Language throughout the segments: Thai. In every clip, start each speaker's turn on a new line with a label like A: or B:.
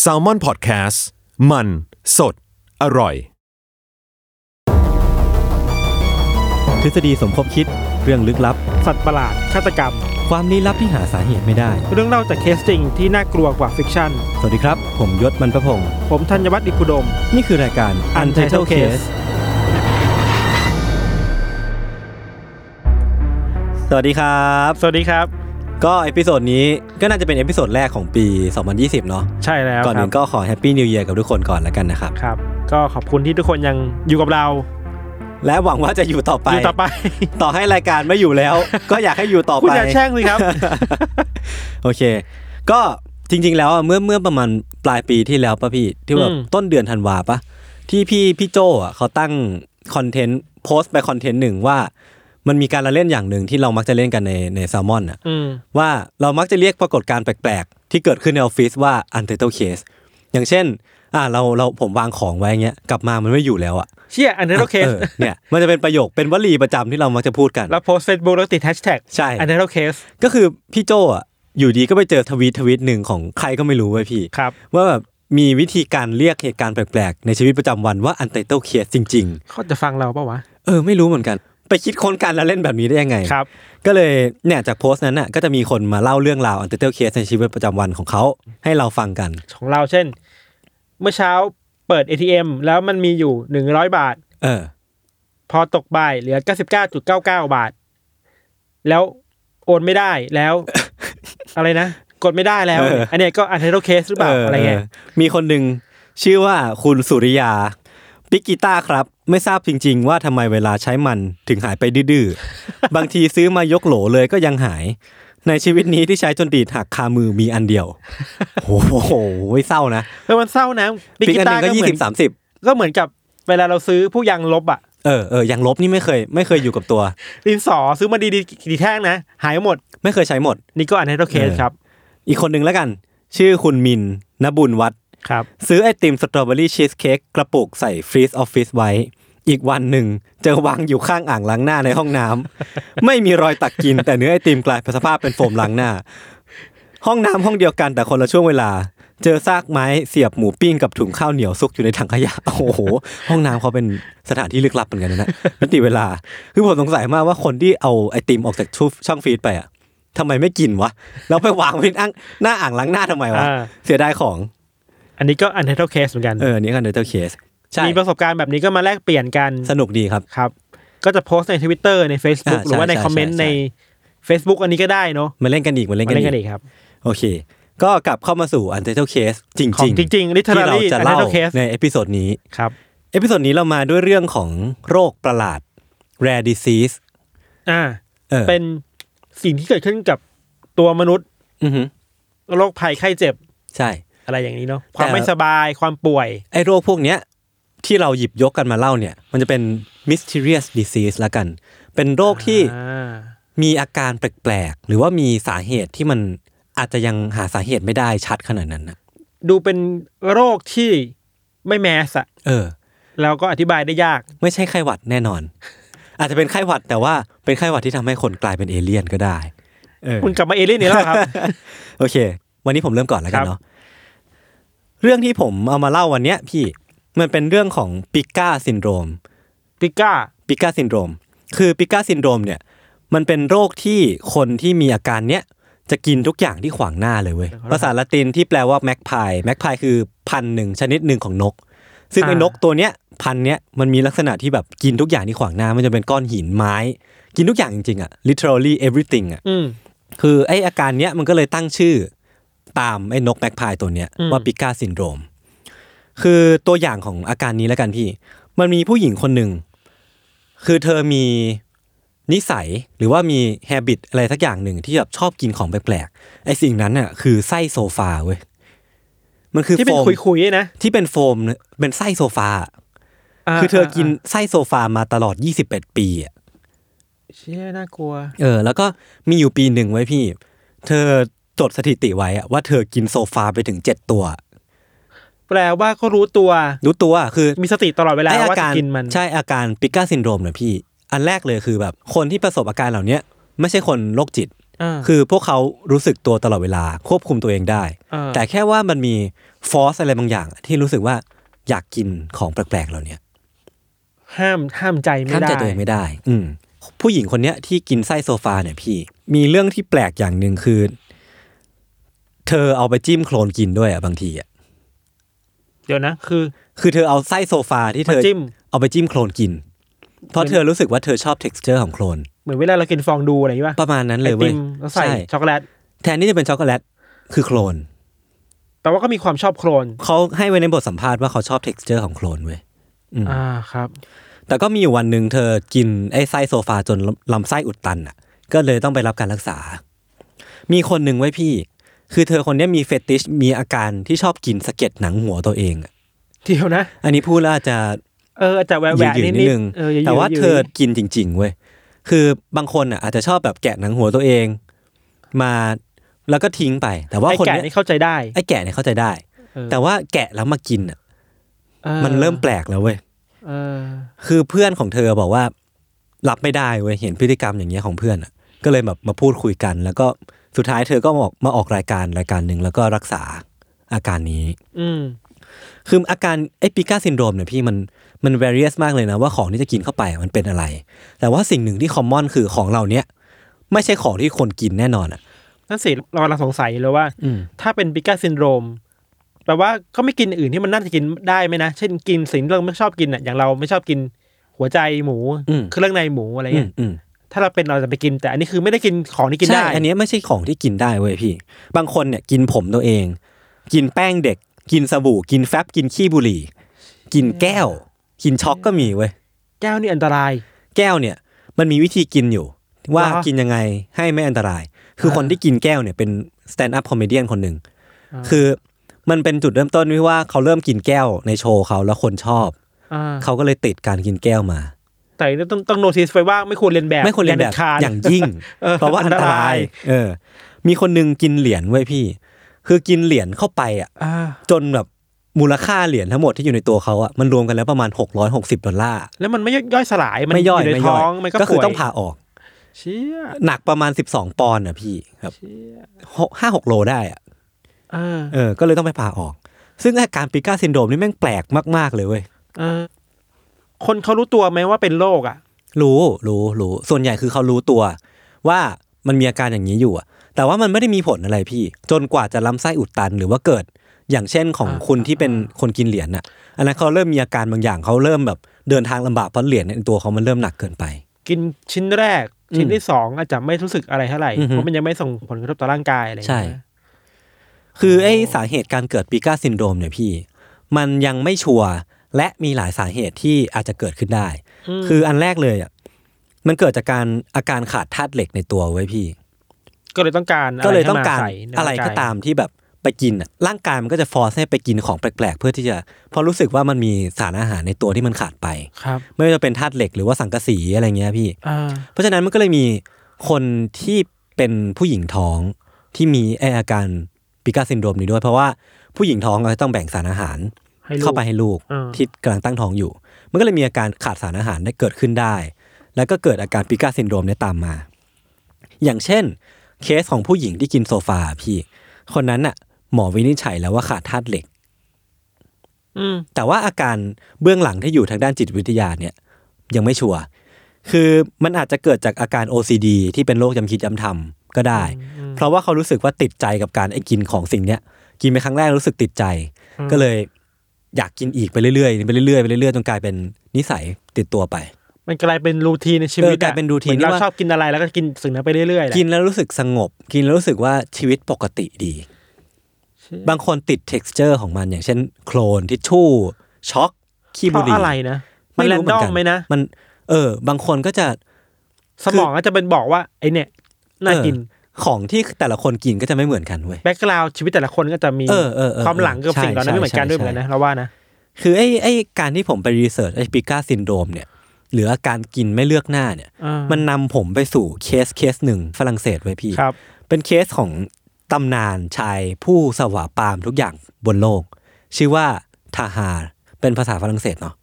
A: แซลมอนพอดแคสต์มันสดอร่อย
B: ทฤษฎีสมคบคิดเรื่องลึกลับ
C: สัตว์ประหลาด ฆาตกรรม
B: ความลี้ลับที่หาสาเหตุไม่ได้
C: เรื่องเล่าจากเคสจริงที่น่ากลัวกว่าฟิกชั่น
B: สวัสดีครับ ผมยศมันประพงศ์
C: ผมธัญวัฒน์อิพุดม
B: นี่คือรายการ Untitled Case สวัสดีครับ
C: สวัสดีครับ
B: ก็เอพิโซดนี้ก็น่าจะเป็นเอพิโซดแรกของปี 2020 เนาะ
C: ใช่แล้ว
B: ก่อน
C: ครั
B: อื่นก็ขอแฮปปี้นิว e a r กับทุกคนก่อนแล้วกันนะครับ
C: ครับ ก็ขอบคุณที่ทุกคนยังอยู่กับเรา
B: และหวังว่าจะอยู่ต่อไป
C: อยู่ต่อไป
B: ต่อให้รายการไม่อยู่ แล้ว ก็อยากให้อยู่ต่อไป
C: คุณอย่าแช่งสิครับ
B: โอเค ก็จริง ๆ แล้วอะเมื่อเมื่อประมาณปลายปีที่แล้วป่ะพี่ ที่แบบ
C: อืม
B: ต้นเดือนธันวาปะที่พี่พี่โจอ่ะเขาตั้งคอนเทนต์โพสต์ไปคอนเทนต์หนึ่งว่า มันมีการละเล่นอย่างหนึ่งที่เรามักจะเล่นกันในในแซลมอนอ่ะ
C: อืม
B: ว่าเรามักจะเรียกปรากฏการณ์แปลก ๆ ที่เกิดขึ้นในออฟฟิศว่า untitled case อย่างเช่น อ่าเราเราผมวางของไว้เงี้ยกลับมามันไม่อยู่แล้วอ่ะ
C: เชี่ย อันนี้โอเค
B: ออเนี่ยมันจะเป็นประโยคเป็นวลีประจำที่เรามักจะพูดกัน
C: แล้วโพสเฟซบุ๊กแล้วติดแฮชแท็ก
B: ใช่
C: อันนี้โอเคส
B: ก็คือพี่โจอ่ะอยู่ดีก็ไปเจอทวีตทวีตหนึ่งของใครก็ไม่รู้ไว้ยพี่
C: ครับ
B: ว่าแบบมีวิธีการเรียกเหตุการณ์แปลก ๆ ในชีวิตประจำวันว่า untitled case จริง
C: เขาจะฟังเราปะวะ
B: ๆ เออ ไม่รู้เหมือนกัน ไปคิดค้นการละเล่นแบบนี้ได้ยังไง
C: ครับ
B: ก็เลยเนี่ยจากโพสต์นั้นน่ะก็จะมีคนมาเล่าเรื่องราว untitled case ในชีวิตประจำวันของเขาให้เราฟังกัน
C: ของเราเช่น เมื่อเช้าเปิด ATM แล้วมันมีอยู่หนึ่งร้อยบาท
B: เออ
C: พอตกบ่ายเหลือเก้าสิบเก้าจุดเก้าเก้าบาท แล้วโอนไม่ได้แล้ว อะไรนะ กดไม่ได้แล้ว
B: เออ
C: อันเนี้ยก็อันเทอร์เคสหรือเปล่าอะไรเงี้ย
B: มีคนหนึ่งชื่อว่าคุณสุริยาปิกกีต้าครับ ไม่ทราบจริง ๆ ว่าทำไมเวลาใช้มันถึงหายไปดื้อ ๆ บางทีซื้อมายกโหลเลยก็ยังหาย ในชีวิตนี้ที่ใช้จนดีดหักคามือมีอันเดี ยว โอ้โหเศร้านะ
C: เออมันเศร้านะ
B: ปิกอันหนึ่งก็
C: เห
B: ยี่
C: มื
B: สิ
C: น
B: บสามสิบ
C: ก็เหมือนกับเวลาเราซื้อผู้ยังลบอ่ะ
B: เออเออยังลบนี่ไม่เคย ไม่เคยอยู่กับตัว
C: ดินสอซื้อมาดีดีๆกี่แท่งนะ หายหมด
B: ไม่เคยใช้หมด
C: นี่ก็อันเทอร์เคส
B: เออ
C: ครับ
B: อีกคนหนึ่งแล้วกัน ชื่อคุณมินนบุญวัด
C: ครับ
B: ซื้อไอติมสตรอเบอรี่ชีสเค้กกระปุกใส่ฟรีซออฟฟิศไว้ อีกวันหนึ่ง เจอวางอยู่ข้างอ่างล้างหน้าในห้องน้ำ ไม่มีรอยตักกิน แต่เนื้อไอติมกลายเป็นสภาพเป็นโฟมล้างหน้า ห้องน้ำห้องเดียวกันแต่คนละช่วงเวลา เจอซากไม้เสียบหมูปิ้งกับถุงข้าวเหนียวซุกอยู่ในถังขยะ โอ้โห ห้องน้ำเขาเป็นสถานที่ลึกลับเหมือนกันนะมิติเวลา คือผมสงสัยมากว่าคนที่เอาไอติมออกจากช่องฟรีซไปอะทำไมไม่กินวะแล้วไปวางไว้ในอ่างหน้าอ่างล้างหน้าทำไมวะ
C: อ่า
B: เสียดายของ
C: อันนี้ก็อันเทอร์เคสเหมือนกัน
B: เอออันนี้ก็ Untitled Case ใช่
C: มีประสบการณ์แบบนี้ก็มาแลกเปลี่ยนกัน
B: สนุกดีครับ
C: ครับ ก็จะโพสต์ในทวิตเตอร์ใน Facebook
B: อ่าใช่
C: หรือว่าใน
B: ใช่
C: คอมเมนต์
B: ใช่
C: ใน Facebook อันนี้ก็ได้เนาะ
B: มาเล่นกันอีกมาเล่น
C: มา
B: กัน
C: เล่นกัน
B: อี
C: อี
B: ก
C: กครับ
B: โอเค ก็กลับเข้ามาสู่ Untitled Case จริงๆ
C: ของจริงๆ literally
B: ที่เราจะเล่า
C: Untitled Case
B: ในเอพิโซดนี้
C: ครับ
B: เอพิโซดนี้เรามาด้วยเรื่องของโรคประหลาด rare disease
C: อ่า
B: เออ
C: เป็นสิ่งที่เกิดขึ้นกับตัวมนุษย์
B: อือหือ
C: โรคภัยไข้เจ็บ
B: ใช่
C: อะไรอย่างนี้เนาะความ
B: แต่
C: ไม่สบายความป่วย
B: ไอ้โรคพวกเนี้ยที่เราหยิบยกกันมาเล่าเนี่ย มันจะเป็น mysterious disease ละกัน เป็นโรคที่
C: อ่า
B: มีอาการแปลกๆ หรือว่ามีสาเหตุที่มันอาจจะยังหาสาเหตุไม่ได้ชัดขนาดนั้นนะ
C: ดูเป็นโรคที่ไม่แมสอะ
B: เออ
C: เราก็อธิบายได้ยาก
B: ไม่ใช่ไข้หวัดแน่นอน อาจจะเป็นไข้หวัดแต่ว่าเป็นไข้หวัดที่ทำให้คนกลายเป็นเอเลี่ยนก็ได้เออ
C: คุณกลับมาเอเลี่ยนนี่แล้วครับ
B: โอเค วันนี้ผมเริ่มก่อนแล้วกั
C: ครั
B: น
C: บ
B: เนาะเรื่องที่ผมเอามาเล่าวันเนี้ย พี่มันเป็นเรื่องของปิก้าซินโดรม
C: ปิก้า
B: ปิก้าซินโดรมคือปิก้าซินโดรมเนี่ย มันเป็นโรคที่คนที่มีอาการเนี้ย จะกินทุกอย่างที่ขวางหน้าเลยเว้ยภาษาละตินที่แปลว่าแมกพายแมกพายคือพันธุ์หนึ่งชนิดหนึ่งของนก ซึ่งไอ้
C: อ่าน น
B: กตัวเนี้ยพันธุ์เนี้ยมันมีลักษณะที่แบบกินทุกอย่างที่ขวางหน้ามันจะเป็นก้อนหินไม้ กินทุกอย่างจริงๆอะ literally everything อะ
C: อืม
B: คือไออาการเนี้ยมันก็เลยตั้งชื่อตามไอ้นกแมกพายตัวเนี้ย
C: อืม
B: ว่าปิก้าซินโดรม คือตัวอย่างของอาการนี้แล้วกันพี่ มันมีผู้หญิงคนหนึ่ง คือเธอมีนิสัยหรือว่ามี h a บิตอะไรสักอย่างหนึ่งที่แบบชอบกินของแปลกๆ ไอสิ่งนั้นน่ะคือไส้โซฟาเว้ย มันคือ
C: ที่
B: โฟ
C: เป็น
B: ม
C: คุยๆนะ
B: ที่เป็นโฟมเนี่ยเป็นไส้โซฟา
C: า
B: คือเธอกินา ไส้โซฟามาตลอด 21 ปีอะ
C: าเชี่ยน่ากลัว
B: เออแล้วก็มีอยู่ปีหนึ่งไว้พี่ เธอจดสถิติไว้อะว่าเธอกินโซฟาไปถึงเจ็ดตัว
C: แปลว่าก็รู้ตัว
B: รู้ตัวคือ
C: มีสติตลอดเวลา
B: ไออ
C: ว่า
B: ก
C: จะ
B: ร
C: กินมัน
B: ใช่อาการปิก้าซินโดรมเนี่ยพี่ อันแรกเลยคือแบบ คนที่ประสบอาการเหล่าเนี้ยไม่ใช่คนโรคจิต
C: อ่า
B: คือพวกเขารู้สึกตัวตลอดเวลาควบคุมตัวเองได้
C: อ่า
B: แต่แค่ว่ามันมีฟอสอะไรบางอย่าง ที่รู้สึกว่าอยากกินของแปลกๆเหล่าเนี้ย
C: ห้ามห้ามใจไม่
B: ห้าม
C: ได้
B: ใจตัวเองไม่ได้ อืม ผู้หญิงคนเนี้ยที่กินไส้โซฟาเนี่ยพี่ มีเรื่องที่แปลกอย่างหนึ่งคือ เธอเอาไปจิ้มโคลนกินด้วยอ่ะบางทีอ่ะ
C: เดี๋ยวนะ คือ
B: คือเธอเอาไส้โซฟาที่เธอ
C: มาจิ้ม
B: เอาไปจิ้มโคลนกิน เพราะเธอรู้สึกว่าเธอชอบ t e x t อร์ของโคลน
C: เหมือนเวลาเรากินฟองดูอะไรอย่างงี้ป่ะ
B: ประมาณนั้นเลย
C: ไอ
B: เว้ย
C: ติมแล้วใส่
B: ช่
C: ช็อกโกแลต
B: แทนที่จะเป็นช็อกโกแลตคือโคลน
C: แปลว่าก็มีความชอบโครน
B: เขาให้ไว้ในบทสัมภาษณ์ว่าเขาชอบ t e x t อร์ของโคลนเว้ย อืม
C: อ่าครับ
B: แต่ก็มีอยู่วันหนึ่งเธอกินไอ้ไส้โซฟาจนลำไส้อุดตันอ่ะ ก็เลยต้องไปรับการรักษา มีคนหนึ่งไว้พี่ คือเธอคนเนี้ยมีเฟติชมีอาการที่ชอบกินสะเก็ดหนังหัวตัวเองอะ
C: เดี๋ยวนะ
B: อันนี้พูดแล้วอาจจะ
C: เอออาจจะแหวะ
B: หยืด
C: แวะ
B: หยื
C: นิ
B: ด
C: ด
B: นิดนึง
C: เออหยืดๆ
B: แต่ว่า
C: หยืดๆ
B: เธอกินจริง ๆ เว้ย คือบางคนอ่ะอาจจะชอบแบบแกะหนังหัวตัวเอง มาแล้วก็ทิ้งไป แต่ว่า
C: ไอ้
B: คน
C: แก่
B: เนี้ย
C: นี่เข้าใจได้
B: ไอ้แกะเนี่ยเข้าใจได้
C: เออ
B: แต่ว่าแกะแล้วมากินอ่ะ
C: ออ
B: มันเริ่มแปลกแล้วเว้ย
C: เออ
B: คือเพื่อนของเธอบอกว่า รับไม่ได้เว้ยเห็นพฤติกรรมอย่างเงี้ยของเพื่อนอะก็เลยแบบมาพูดคุยกัน แล้วก็สุดท้ายเธอก็มาออกมาออกรายการรายการหนึ่งแล้วก็รักษาอาการนี้
C: อืม
B: คืออาการไอ้ปิก้าซินโดรมเนี่ยพี่มันมัน various มากเลยนะ ว่าของที่จะกินเข้าไปอะมันเป็นอะไร แต่ว่าสิ่งหนึ่งที่ common คือของเราเนี้ยไม่ใช่ของที่คนกินแน่นอนอ่ะ
C: นั่นสิเรากำลังสงสัยเลยว่า
B: อืม
C: ถ้าเป็นปิก้าซินโดรมแปลว่าก็ไม่กินอื่นที่มันน่าจะกินได้ไหมนะ เช่นกินสิ่งที่เราไม่ชอบกินอ่ะอย่างเราไม่ชอบกินหัวใจหมู
B: อืม
C: เครื่องในหมูอะไร
B: อื
C: เงี้
B: ม
C: ย
B: อืม
C: ถ้าเราเป็นเราจะไปกิน แต่อันนี้คือไม่ได้กินของที่กินได้
B: ใช่อันเนี้ยไม่ใช่ของที่กินได้เว้ยพี่ บางคนเนี่ยกินผมตัวเอง กินแป้งเด็ก กินสบู่ กินแฟบ กินขี้บุหรี่ กินแก้ว กินช็อกก็มีเว้ย
C: แก้วนี่อันตราย
B: แก้วเนี่ย มันมีวิธีกินอยู่ ว่า
C: เหรอ
B: กินยังไงให้ไม่อันตราย คือคนที่กินแก้วเนี่ยเป็นสแตนด์อัพคอมเมดี้คนหนึ่ง คือมันเป็นจุดเริ่มต้นที่ว่าเขาเริ่มกินแก้วในโชว์เขาแล้วคนชอบ
C: อ่า
B: เขาก็เลยติดการกินแก้วมา
C: แต่ต้องต้องโนติสไว้ว่าไม่ควรเรียนแบบ
B: ไม่ควรเรียนแบบ
C: อาด็ดขาด
B: อย่างยิ่ง
C: เออ
B: เพราะว่าอันต
C: อันต
B: ราร
C: าย ย
B: เออ มีคนหนึงกินเหรียญไว้ยพี่ คือกินเหรียญเข้าไปอ่ะ
C: อ่า
B: จนแบบมูลค่าเหรียญทั้งหมดที่อยู่ในตัวเขาอ่ะมันรวมกันแล้วประมาณ 660 ดอลลาร์
C: แล้วมันไม่ย่อยสลายมัน
B: ไม่ย่อย
C: ใน
B: ไม่ย่
C: ท้
B: อ
C: อย งมันก็
B: คือ
C: ป่วย
B: ต้องผ่าออก
C: เชี่ย
B: หนักประมาณ 12 ปอนด์อ่ะพี่ครับหกห้าหกโลได้อ่ะ
C: เออ
B: เออก็เลยต้องไปผ่าออก ซึ่งอาการปิก้าซินโดรมนี่แม่งแปลกมากๆเลยเว้ย
C: เออ คนเขารู้ตัวไหมว่าเป็นโรคอ่ะ
B: รู้รู้รู้ส่วนใหญ่คือเขารู้ตัว ว่ามันมีอาการอย่างนี้อยู่อะแต่ว่ามันไม่ได้มีผลอะไรพี่ จนกว่าจะลำไส้อุดตันหรือว่าเกิดอย่างเช่นของ
C: อ่า
B: คุณที่เป็นคนกินเหรียญน่ะ อันนั้นเขาเริ่มมีอาการบางอย่างเขาเริ่มแบบเดินทางลำบากเพราะเหรียญในตัวเขามันเริ่มหนักเกินไป
C: กินชิ้นแรก
B: อืม
C: ชิ้นที่สองอาจจะไม่รู้สึกอะไรเท่าไหร่
B: อือฮึ
C: เพราะมันยังไม่ส่งผลกระทบต่อร่างกายอะไรอย่าง
B: ใช่
C: เงี้ย
B: คือไอ้สาเหตุการเกิดปีก้าซินโดรมเนี่ยพี่ มันยังไม่ชัวร์และมีหลายสาเหตุที่อาจจะเกิดขึ้นได้
C: อืม
B: คืออันแรกเลยอ่ะมันเกิดจากการอาการขาดธาตุเหล็กในตัวไว้ยพี่
C: ก็เลยต้องการะไ
B: ก็เลยต้องการ
C: ให้มใส่ใน
B: อะไร
C: ง
B: ก็ตามที่แบบไปกินอะร่างกายมันก็จะฟอร์สให้ไปกินของแปลกๆ เพื่อที่จะเพอรู้สึกว่ามันมีสารอาหารในตัวที่มันขาดไป
C: ครับ
B: ไม่ว่าจะเป็นธาตุเหล็กหรือว่าสังกะสีอะไรเงี้ยพี่
C: อ่า
B: เพราะฉะนั้นมันก็เลยมีคนที่เป็นผู้หญิงท้องที่มีไอ้อาการปิกาซินโดรมนี้ด้วย เพราะว่าผู้หญิงท้องก็ต้องแบ่งสารอาหาร
C: ให้ลูก
B: เข้าไปให้ลูก
C: อ่า
B: ที่กำลังตั้งท้องอยู่ มันก็เลยมีอาการขาดสารอาหารได้เกิดขึ้นได้ แล้วก็เกิดอาการปิกาซินโดรมเนี่ยตามมา อย่างเช่น เคสของผู้หญิงที่กินโซฟาพี่ คนนั้นน่ะ หมอวินิจฉัยแล้วว่าขาดธาตุเหล็ก
C: อืม
B: แต่ว่าอาการเบื้องหลังที่อยู่ทางด้านจิตวิทยาเนี่ย ยังไม่ชัวร์คือมันอาจจะเกิดจากอาการ OCD ที่เป็นโรคจำคิดจำทำก็ได้ เพราะว่าเขารู้สึกว่าติดใจกับการไอ้กินของสิ่งเนี้ยกินไปครั้งแรกรู้สึกติดใจ ก็เลยอยากกินอีกไปเรื่อยๆไปเรื่อยๆไปเรื่อยๆจนกลายเป็นนิสัยติดตัวไป
C: มันกลายเป็นรูทีนในชีวิต
B: เออกลายเป็นรูทีน
C: หมือเรา
B: ที่ว่า
C: ชอบกินอะไรแล้วก็กินสิ่งนั้นไปเรื่อยๆแหละ
B: กินแล้วรู้สึกสงบ กินแล้วรู้สึกว่าชีวิตปกติดี บางคนติด t e x t อร์ของมันอย่างเช่น โคลนทิชชู่ช็อกขี้
C: เพ
B: บุห
C: ราะ
B: รี่
C: อะไรนะมัน
B: ไม่
C: แร
B: รู้
C: น
B: เหมื
C: ด
B: อ
C: อน ม
B: กัน
C: ไหมนะ
B: มัน เออ บางคนก็จะ
C: สมองก็จะเป็นบอกว่าไอเนี่ย น่ากิน
B: เออของที่แต่ละคนกินก็จะไม่เหมือนกันเว้ย
C: แบ็กกราวชีวิตแต่ละคนก็จะมี
B: เออเออเออ
C: ความหลังกับ
B: ใช่
C: สิ่งเหล่านั้น
B: ใช่
C: ไม่เหมือนกัน
B: ใช่
C: ด้วยเหมือนกันนะเราว่านะ
B: คือไอ้ไอ้การที่ผมไปรีเสิร์ชไอ้ปิก้าซินโดมเนี่ย หรืออาการกินไม่เลือกหน้าเนี่ย
C: เออ
B: มันนำผมไปสู่เคสเคสหนึ่งฝรั่งเศสไว้ยพี่
C: ครับ
B: เป็นเคสของตำนานชายผู้สวาปามทุกอย่างบนโลก ชื่อว่าทาฮาร์เป็นภาษาฝรั่งเศสเนาะ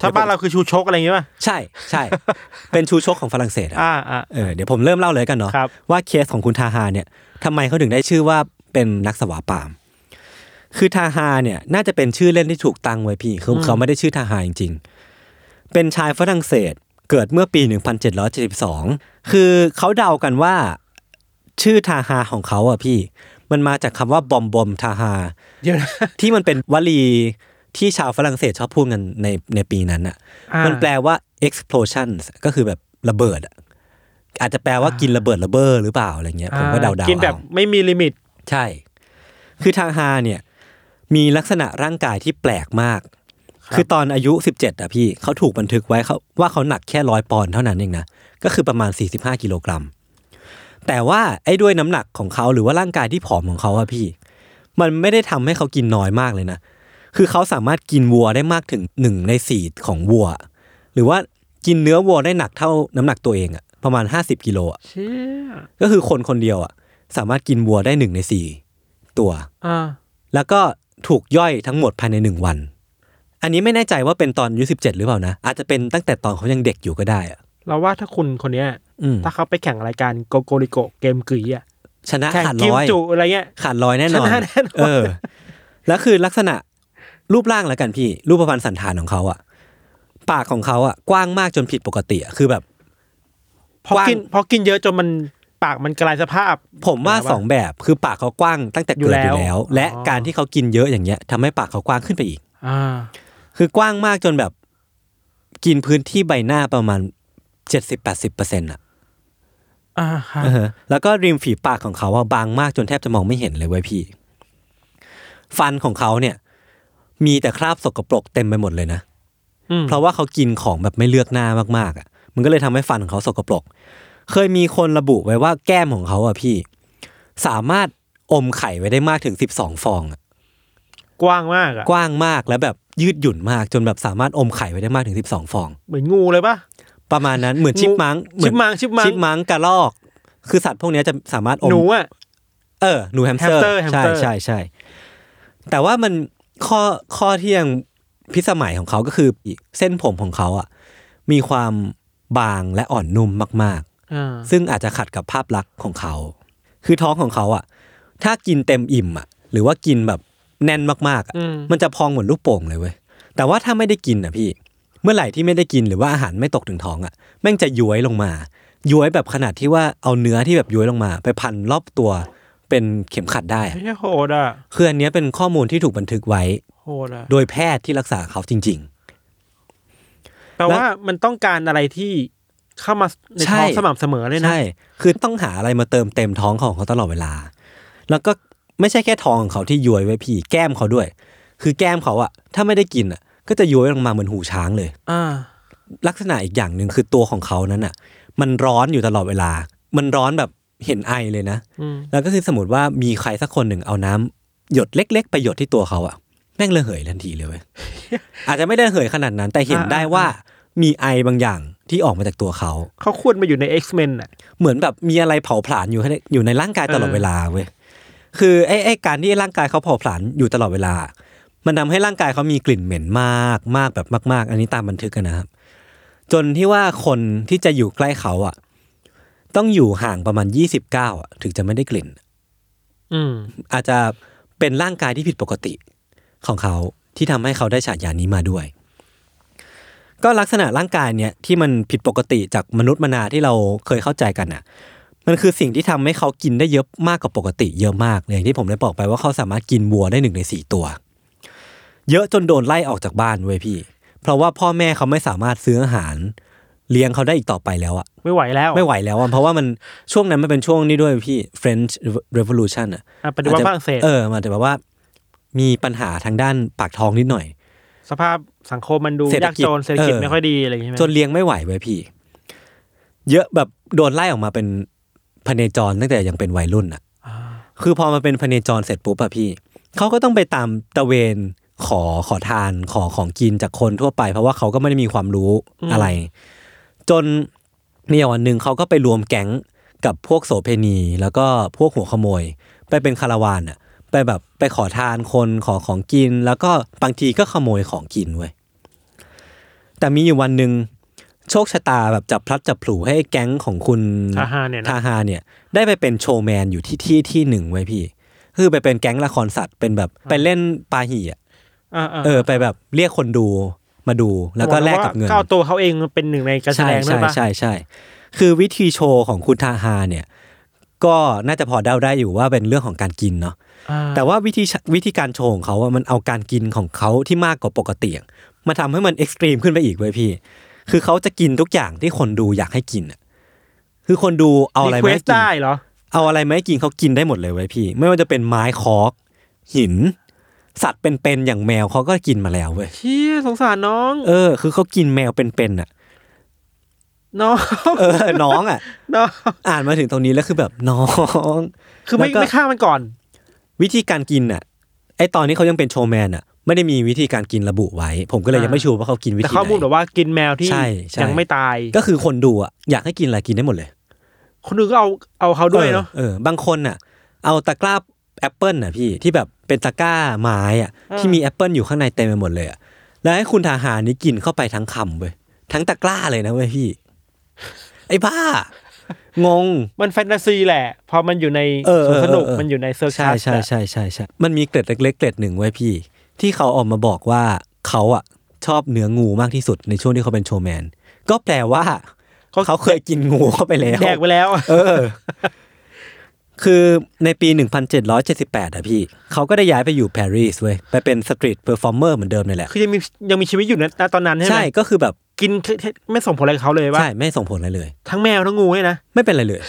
C: ถ้าบ้านเราคือชูชกอะไรอย่างเงี้ยป่ะ
B: ใช่ใช่ เป็นชูชกของฝรั่งเศสอะ
C: อ่าอ่า
B: เออเดี๋ยวผมเริ่มเล่าเลยกันเนาะ
C: ครับ
B: ว่าเคสของคุณทาฮาร์เนี่ยทำไมเขาถึงได้ชื่อว่าเป็นนักสวาปาม คือทาฮาร์เนี่ยน่าจะเป็นชื่อเล่นที่ถูกตั้งไว้พี่คือเขาไม่ได้ชื่อทาฮาร์จริง ๆ เป็นชายฝรั่งเศสเกิดเมื่อปี 1772 คือเขาเดากันว่า ชื่อทาฮาของเขาอ่ะพี่ มันมาจากคำว่าบอมบอมทาฮา
C: เดี๋ยวนะ
B: ที่มันเป็นวลีที่ชาวฝรั่งเศสชอบพูดกันในในปีนั้นอ่ะ
C: อ่ามั
B: มันแปลว่า explosion ก็คือแบบระเบิดอะอาจจะแปลว่ากินระเบิดระเบ้อหรือเปล่าอะไรเงี้ยผมก็เดาๆ
C: กินแบบ
B: เอา
C: ไม่มีลิมิต
B: ใช่ คือทางฮาเนี่ยมีลักษณะร่างกายที่แปลกมาก คือตอนอายุ 17อะพี่เขาถูกบันทึกไว้เขาว่าเขาหนักแค่ร้อยปอนด์เท่านั้นเองนะ ก็คือประมาณ 45 กิโลกรัม แต่ว่าไอ้ด้วยน้ำหนักของเขาหรือว่าร่างกายที่ผอมของเขาอะพี่ มันไม่ได้ทำให้เขากินน้อยมากเลยนะ คือเขาสามารถกินวัวได้มากถึงหนึ่งในสี่ของวัว หรือว่ากินเนื้อวัวได้หนักเท่าน้ำหนักตัวเองอะประมาณ 50กิโลอะ
C: เชี่ย
B: ก็คือคนคนเดียวอ่ะสามารถกินวัวได้หนึ่งในสี่ตัว
C: อ่า
B: แล้วก็ถูกย่อยทั้งหมดภายในหนึ่งวัน อันนี้ไม่แน่ใจว่าเป็นตอนอายุสิบเจ็ดหรือเปล่านะ อาจจะเป็นตั้งแต่ตอนเขายังเด็กอยู่ก็ได้อ่ะ
C: เราว่าถ้าคุณคนเนี้ย
B: อืม
C: ถ้าเขาไปแข่งรายการโกโกริโกเกมกุยอ่ะ
B: ชนะ
C: แข่ง
B: ขาด
C: กิม
B: ร้อย
C: จุอะไรเงี้ย
B: ขาดร้อยแน่นอน
C: ชนะแน่นอน
B: เออ แล้วคือลักษณะรูปร่างแล้วกันพี่ รูปพรรณสันฐานของเขาอ่ะ ปากของเขาอ่ะกว้างมากจนผิดปกติอะคือแบบ
C: พอกิน
B: กว้าง
C: พอกินเยอะจนมันปากมันกลายสภาพ
B: ผมว่าสองแบบคือปากเขากว้างตั้งแต่เกิดอ
C: อยู่
B: ยู่
C: แล้
B: แล้
C: ว
B: ว และ
C: อ๋อ
B: การที่เขากินเยอะอย่างเงี้ยทำให้ปากเขากว้างขึ้นไปอีก
C: อ่า
B: คือกว้างมากจนแบบกินพื้นที่ใบหน้าประมาณเจ็ดสิบแปดสิบเปอร์เซ็นต์อ่ะ
C: อ่าฮะ
B: เออแล้วก็ริมฝีปากของเขาว่าบางมากจนแทบจะมองไม่เห็นเลยเว้ยพี่ ฟันของเขาเนี่ย มีแต่คราบสกปรกเต็มไปหมดเลยนะ
C: อืม
B: เพราะว่าเขากินของแบบไม่เลือกหน้ามากๆอ่ะ มันก็เลยทำให้ฟันของเขาสกปรก เคยมีคนระบุไว้ว่าแก้มของเขาอ่ะพี่ สามารถอมไข่ไว้ได้มากถึงสิบสองฟองอะ
C: กว้างมากอ่ะ
B: กว้างมากและแบบยืดหยุ่นมากจนแบบสามารถอมไข่ไว้ได้มากถึงสิบสองฟอง
C: เหมือนงูเลยปะ
B: ประมาณนั้นเหมือน
C: งู
B: ชิปมังค์เหอน
C: ชิปมังค์ชิปมังค์
B: ชิปมังค์กระลอก คือสัตว์พวกเนี้ยจะสามารถอม
C: หนูอ่ะ
B: เออหนูแฮมสเตอร์
C: แฮมสเตอร์แฮม
B: ใช่
C: สเตอร์
B: ใช่ใช่แต่ว่ามันข้อข้อที่ยังพิสมัยของเขาก็คือเส้นผมของเขาอ่ะมีความบางและอ่อนนุ่มมาก
C: อ่า
B: ๆ ซึ่งอาจจะขัดกับภาพลักษณ์ของเขา คือท้องของเขาอ่ะ ถ้ากินเต็มอิ่มอ่ะ หรือว่ากินแบบแน่นมากๆอะ
C: อืม
B: มันจะพองเหมือนลูกโป่งเลยเว้ยแต่ว่าถ้าไม่ได้กินอ่ะพี่ เมื่อไหร่ที่ไม่ได้กินหรือว่าอาหารไม่ตกถึงท้องอ่ะแม่งจะย้วยลงมา ย้วยแบบขนาดที่ว่าเอาเนื้อที่แบบย้วยลงมา ไปพันรอบตัวเป็นเข็มขัดได้อะ
C: ไม่ใช่โหดอ่ะ
B: คืออันเนี้ยเป็นข้อมูลที่ถูกบันทึกไว้
C: โหดอ่ะ
B: โดยแพทย์ที่รักษาเขาจริง
C: แปลว่ามันต้องการอะไรที่เข้ามาใน
B: ใช่
C: ท้องสม่ำเสมอเลย
B: ๆ
C: นะ
B: ใช่คือต้องหาอะไรมาเติมเต็มท้องของเขาตลอดเวลา แล้วก็ไม่ใช่แค่ท้องของเขาที่ย้วยไว้พี่แก้มเขาด้วย คือแก้มเขาอะถ้าไม่ได้กินอะก็จะย้วยลงมาเหมือนหูช้างเลย
C: อ่า
B: ลักษณะอีกอย่างหนึ่งคือตัวของเขานั้นอ่ะ มันร้อนอยู่ตลอดเวลา มันร้อนแบบเห็นไอเลยนะ
C: อืม
B: แล้วก็คือสมมติว่ามีใครสักคนหนึ่งเอาน้ำหยดเล็ก ๆ ไปหยดที่ตัวเขาอ่ะแม่งระเหยทันทีเลยเว้ย อาจจะไม่ได้ระเหยขนาดนั้น แต่เห็นได้ว่ามีไอบางอย่างที่ออกมาจากตัวเขา
C: เขาควรมาอยู่ใน X-Men อ่ะ
B: เหมือนแบบมีอะไรเผาผลาญอยู่ให้ได้อยู่ในร่างกายตลอด
C: เออ
B: เวลาเว้ย คือไอ้ไอ้การที่ร่างกายเขาเผาผลาญอยู่ตลอดเวลา มันทำให้ร่างกายเขามีกลิ่นเหม็นมากมากแบบมาก ๆ อันนี้ตามบันทึกอะนะครับ จนที่ว่าคนที่จะอยู่ใกล้เขาอ่ะ ต้องอยู่ห่างประมาณ 29อ่ะถึงจะไม่ได้กลิ่น
C: อืม
B: อาจจะเป็นร่างกายที่ผิดปกติของเขาที่ทำให้เขาได้ฉายานี้มาด้วย ก็ลักษณะร่างกายเนี่ยที่มันผิดปกติจากมนุษย์มนาที่เราเคยเข้าใจกันน่ะ มันคือสิ่งที่ทำให้เขากินได้เยอะมากกว่าปกติเยอะมากเลยอย่างที่ผมได้บอกไปว่าเขาสามารถกินวัวได้หนึ่งในสี่ตัว เยอะจนโดนไล่ออกจากบ้านเว้ยพี่ เพราะว่าพ่อแม่เขาไม่สามารถซื้ออาหาร เลี้ยงเขาได้อีกต่อไปแล้วอะ
C: ไม่ไหวแล้ว
B: ไม่ไหวแล้วอะเพราะว่ามันช่วงนั้นมันเป็นช่วงนี้ด้วยพี่ French Revolution อะ
C: อ่ะปฏิวัติฝรั่งเศส
B: เออมันจะแบบว่ามีปัญหาทางด้านปากท้องนิดหน่อย
C: สภาพสังคมมันดู
B: เศรษฐ
C: ยาก
B: กิจ
C: จนเศรษฐกิจ
B: เออ
C: ไม่ค่อยดีอะไรอย่างเงี้ย
B: จนเลี้ยงไม่ไหวไว้ยพี่ เยอะแบบโดนไล่ออกมาเป็นพเนจรตั้งแต่ยังเป็นวัยรุ่นอ่ะ คือพอมาเป็นพเนจรเสร็จปุ๊บอะพี่เขาก็ต้องไปตามตะเวนขอขอทานขอของกินจากคนทั่วไป เพราะว่าเขาก็ไม่ได้มีความรู้อะไร จนมีอยู่วันหนึ่งเขาก็ไปรวมแก๊งกับพวกโสเพณี แล้วก็พวกหัวขโมย ไปเป็นคาราวานอะไปแบบไปขอทานคนขอของกิน แล้วก็บางทีก็ขโมยของกินเว้ยแต่มีอยู่วันหนึ่งโชคชะตาแบบจับพลัดจับผลูให้แก๊งของคุณ
C: ทหารเนี่ย
B: ทา
C: นะ
B: ฮาเนี่ยได้ไปเป็นโชว์แมนอยู่ที่ที่ที่หนึ่งไว้ยพี่ คือไปเป็นแก๊งละครสัตว์เป็นแบบไปเล่นปาหี่อะ
C: าา
B: เออไปแบบเรียกคนดูมาดูแล้วก็แลกกับเงิน
C: เขาอาตัวเขาเองเป็นหนึ่งในการแส
B: ใช่
C: ดงด้ว
B: ใช่
C: ยปะ
B: ใช่ใช่ คือวิธีโชว์ของคุณทาฮาเนี่ย ก็น่าจะพอเดาได้อยู่ว่าเป็นเรื่องของการกินเนาะ
C: อ่า
B: แต่ว่าวิธีชวิธีการโชว์ของเขาอะมันเอาการกินของเขาที่มากกว่าปกติอะมาทำให้มันเอ็กซ์ตรีมขึ้นไปอีกเว้ยพี่ คือเขาจะกินทุกอย่างที่คนดูอยากให้กินอะคือคนดูเอาอะไร
C: รีเคว
B: มา
C: ส
B: ให้
C: ต์
B: กิน
C: ได้เหรอ
B: เอาอะไรมาให้กินเขากินได้หมดเลยไว้ยพี่ ไม่ว่าจะเป็นไม้คอกหิน สัตว์เป็นๆอย่างแมวเขาก็กินมาแล้วเว้ย
C: เชี่ยสงสารน้อง
B: เออ คือเขากินแมวเป็นๆอ่ะ
C: น้อง
B: เออ น้องอ่ะ
C: น้อง
B: อ่านมาถึงตรงนี้แล้วคือแบบ น้อง
C: คือไม่
B: แล้วก็
C: ไม่ฆ่ามันก่อน
B: วิธีการกินอ่ะ ไอตอนนี้เขายังเป็นโชว์แมนอ่ะ ไม่ได้มีวิธีการกินระบุไว้ ผมก็เลยยังไม่ชัวร์ว่าเขากินวิ
C: แต่
B: ธีไหน
C: ข้อมูลบอกว่ากินแมวที่
B: ใช่ใช่
C: ยังไม่ตาย
B: ก็คือคนดูอ่ะอยากให้กินอะไรกินได้หมดเลย
C: คนอื่นก็เอาเอาเขาด้วยเนาะ
B: ออออบางคนน่ะ เอาตะกร้าแอปเปิลน่ะพี่ที่แบบเป็นตะกร้าไม้อ่ะ
C: เออ
B: ที่มีแอปเปิลอยู่ข้างในเต็มไปหมดเลยอ่ะแล้วให้คุณทหารนี่กินเข้าไปทั้งคำเว้ยทั้งตะกร้าเลยนะเว้ยพี่ ไอ้บ้า งง
C: มันแฟนตาซีแหละ พอมันอยู่ใน
B: เออ
C: สวนสนุก
B: เออเออ
C: มันอยู่ในเซอร์คั
B: ใช่
C: ส
B: ใช่
C: อะ
B: ใช่ใช่ใช่มันมีเกร็ดเล็กๆเกร็ดหนึ่งไว้ยพี่ ที่เขาออกมาบอกว่าเขาอ่ะชอบเนื้องูมากที่สุดในช่วงที่เขาเป็นโชว์แมน ก็แปลว่าเขาเคยกินงูเข้าไปแล้ว
C: แดกไปแล้ว
B: เออ คือในปี 1778อะพี่ เขาก็ได้ย้ายไปอยู่ปารีสเว้ย ไปเป็นสตรีทเพอร์ฟอร์เมอร์เหมือนเดิมนี่แหละ
C: คือยังมียังมีชีวิตอยู่นะณตอนนั้นใช่ไห
B: ใช่
C: ม
B: ก็คือแบบ
C: กินคือไม่ส่งผลอะไรกับเขาเลยว่า
B: ใช่ ไม่ส่งผลอะไรเลย
C: ทั้งแมวทั้งงูเนี่ยนะ
B: ไม่เป็นไรเลย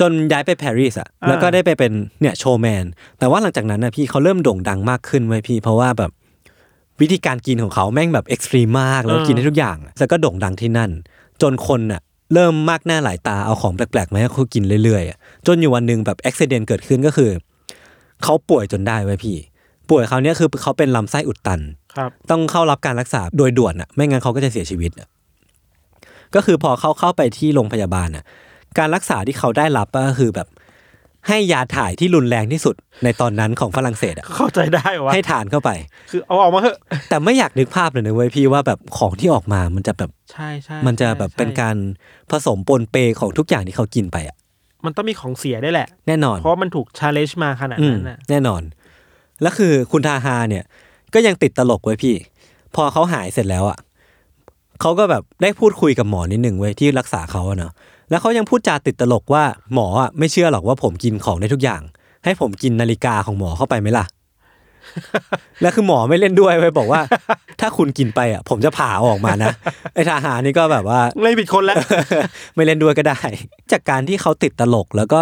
B: จนย้ายไปปารีสอะ
C: อ่า
B: แล้วก็ได้ไปเป็นเนี่ยโชว์แมน แต่ว่าหลังจากนั้นนะพี่เขาเริ่มโด่งดังมากขึ้นเว้ยพี่ เพราะว่าแบบวิธีการกินของเขาแม่งแบบเอ็กซ์ตรีมมาก แล้วกินได้ทุกอย่างอะแล้วก็โด่งดังที่นั่น จนคนอะเริ่มมากหน้าหลายตาเอาของแปลกๆมาให้เขากินเรื่อยๆอะจนอยู่วันหนึ่งแบบอุบิเหตุเกิดขึ้นก็คือเขาป่วยจนได้เว้ยพี่ ป่วยเขาวเนี้ยคือเขาเป็นลำไส้อุดตัน
C: ครับ
B: ต้องเข้ารับการรักษาโดยด่วนอ่ะ ไม่งั้นเขาก็จะเสียชีวิตอ่ะก็คือพอเขาเข้าไปที่โรงพยาบาลอ่ะ การรักษาที่เขาได้รับก็คือแบบ ให้ยาถ่ายที่รุนแรงที่สุดในตอนนั้นของฝรั่งเศสอ่ะ
C: เข้าใจได้ว่า
B: ให้ทานเข้าไป
C: คือเอาออกมาเถอะ
B: แต่ไม่อยากนึกภาพเลยนะเว้ยพี่ว่าแบบของที่ออกมามันจะแบบ
C: ใช่ใช่
B: มันจะแบบเป็นการผสมปนเปของทุกอย่างที่เขากินไปอ่ะ
C: มันต้องมีของเสียได้วยแหละ
B: แน่นอน
C: เพราะมันถูกชาเลนจ์มาขนาด
B: อืม
C: นั้นน่ะ
B: แน่นอน แล้วคือคุณทาฮาเนี่ย ก็ยังติดตลกไว้ยพี่ พอเขาหายเสร็จแล้วอ่ะเขาก็แบบได้พูดคุยกับหมอนิดหนึ่งเว้ยที่รักษาเขาอะเนาะแล้วเขายังพูดจาติดตลกว่าหมออ่ะไม่เชื่อหรอกว่าผมกินของได้ทุกอย่าง ให้ผมกินนาฬิกาของหมอเข้าไปไหมล่ะ แล้วคือหมอไม่เล่นด้วยไปบอกว่า ถ้าคุณกินไปอ่ะ ผมจะผ่าเอาออกมานะไอ้ทาหานี่ก็แบบว่า
C: เลยผิดคนแล้ว
B: ไม่เล่นด้วยก็ได้ จากการที่เขาติดตลกแล้วก็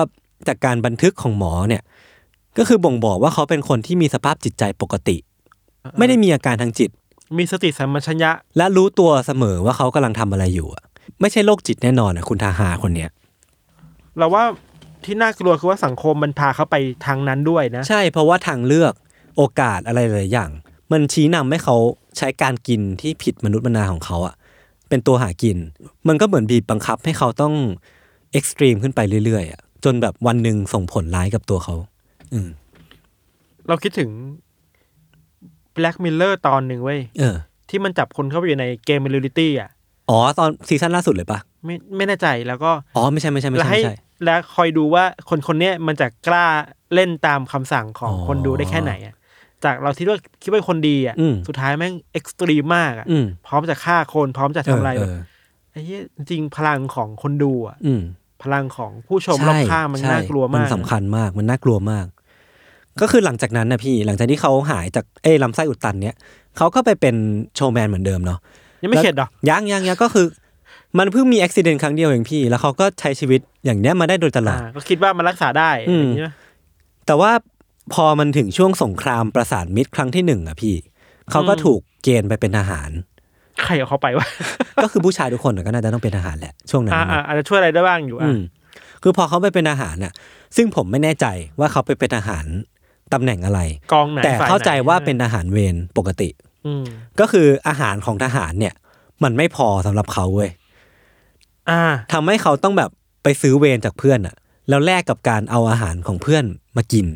B: จากการบันทึกของหมอเนี่ย ก็คือบ่งบอกว่าเขาเป็นคนที่มีสภาพจิตใจปกติ ไม่ได้มีอาการทางจิต
C: มีสติสัมปชัญญะ
B: และรู้ตัวเสมอว่าเขากำลังทำอะไรอยู่อะไม่ใช่โรคจิตแน่นอนอะคุณทาหาคนเนี้ย
C: เราว่าที่น่ากลัวคือว่าสังคมมันพาเขาไปทางนั้นด้วยนะ
B: ใช่เพราะว่าทางเลือกโอกาสอะไรหลายอย่าง มันชี้นำให้เขาใช้การกินที่ผิดมนุษย์มนาของเขาอะเป็นตัวหากิน มันก็เหมือนบีบบังคับให้เขาต้องเอ็กซ์ตรีมขึ้นไปเรื่อยๆอะจนแบบวันหนึ่งส่งผลร้ายกับตัวเขา อืม
C: เราคิดถึงแบล็กมิลเลอร์ตอนหนึ่งเว้ย
B: เออ
C: ที่มันจับคนเข้าไปอยู่ในเกมเรียลิตี้อ่ะ
B: อ๋อ ตอนซีซั่นล่าสุดเลยปะ
C: ไม่ไม่แน่ใจแล้วก็
B: อ๋อ ไม่ใช่ไม่ใช่ไม่
C: แล้ว
B: ใช่
C: ให้
B: ไม่ใช่
C: แล้วคอยดูว่าคนคนเนี้ยมันจะกล้าเล่นตามคำสั่งของ
B: อ๋อ
C: คนดูได้แค่ไหนอ่ะ จากเราคิดว่าคิดว่าคนดีอ่ะ
B: อืม
C: สุดท้ายแม่งเอ็กซ์ตรีมมากอ่ะ
B: อืม
C: พร้อมจะฆ่าคนพร้อมจะทำอะไร
B: เอ
C: แบ
B: อบ เออ
C: ไอ้เหี้ยจริงๆพลังของคนดูอ่ะ
B: อืม
C: พลังของผู้ชมร
B: ใช่
C: อบข้างมัน
B: ใช่
C: น่ากลัวมาก
B: นสำคัญมากมันน่ากลัวมาก ก็คือหลังจากนั้นนะพี่หลังจากที่เขาหายจากเอ้ยลำไส้อุดตันเนี่ยเขาก็ไปเป็นโชว์แมนเหมือนเดิมเนาะ
C: ยังไม่เข็ดเหรอ
B: ยังยังยังก็คือ มันเพิ่งมีอุบิเหตุครั้งเดียวเองพี่ แล้วเขาก็ใช้ชีวิตอย่างเนี้ยมาได้โดยตลอด
C: อ่าก็คิดว่ามันรักษาได้
B: อื
C: อ
B: ม
C: ย่างนี้ไหม
B: แต่ว่าพอมันถึงช่วงสงครามประสานมิตรครั้งที่หนึ่งอะพี่ เขาก็ถูกเกณฑ์ไปเป็นทหาร
C: ใครเอาเขาไปวะ
B: ก็คือผู้ชายทุกคนน่ะก็น่าจะต้องเป็นทหารแหละ ช่วงนั้น
C: อ่าอ่า
B: นะ
C: อาจจะช่วยอะไรได้บ้างอยู่
B: อื
C: อ่ะ
B: มคือพอเขาไปเป็นทหารน่ะ ซึ่งผมไม่แน่ใจว่าเขาไปเป็นทหารตำแหน่งอะไร
C: กองไหน
B: แต่
C: ฝ่ยไหน
B: เข้าใจว่าเป็นทหารเวรปกติ
C: อืม
B: ก็คืออาหารของทหารเนี่ย มันไม่พอสำหรับเขาเว้ย
C: อ่า
B: ทำให้เขาต้องแบบไปซื้อเวรจากเพื่อนอะแล้วแลกกับการเอาอาหารของเพื่อนมากิน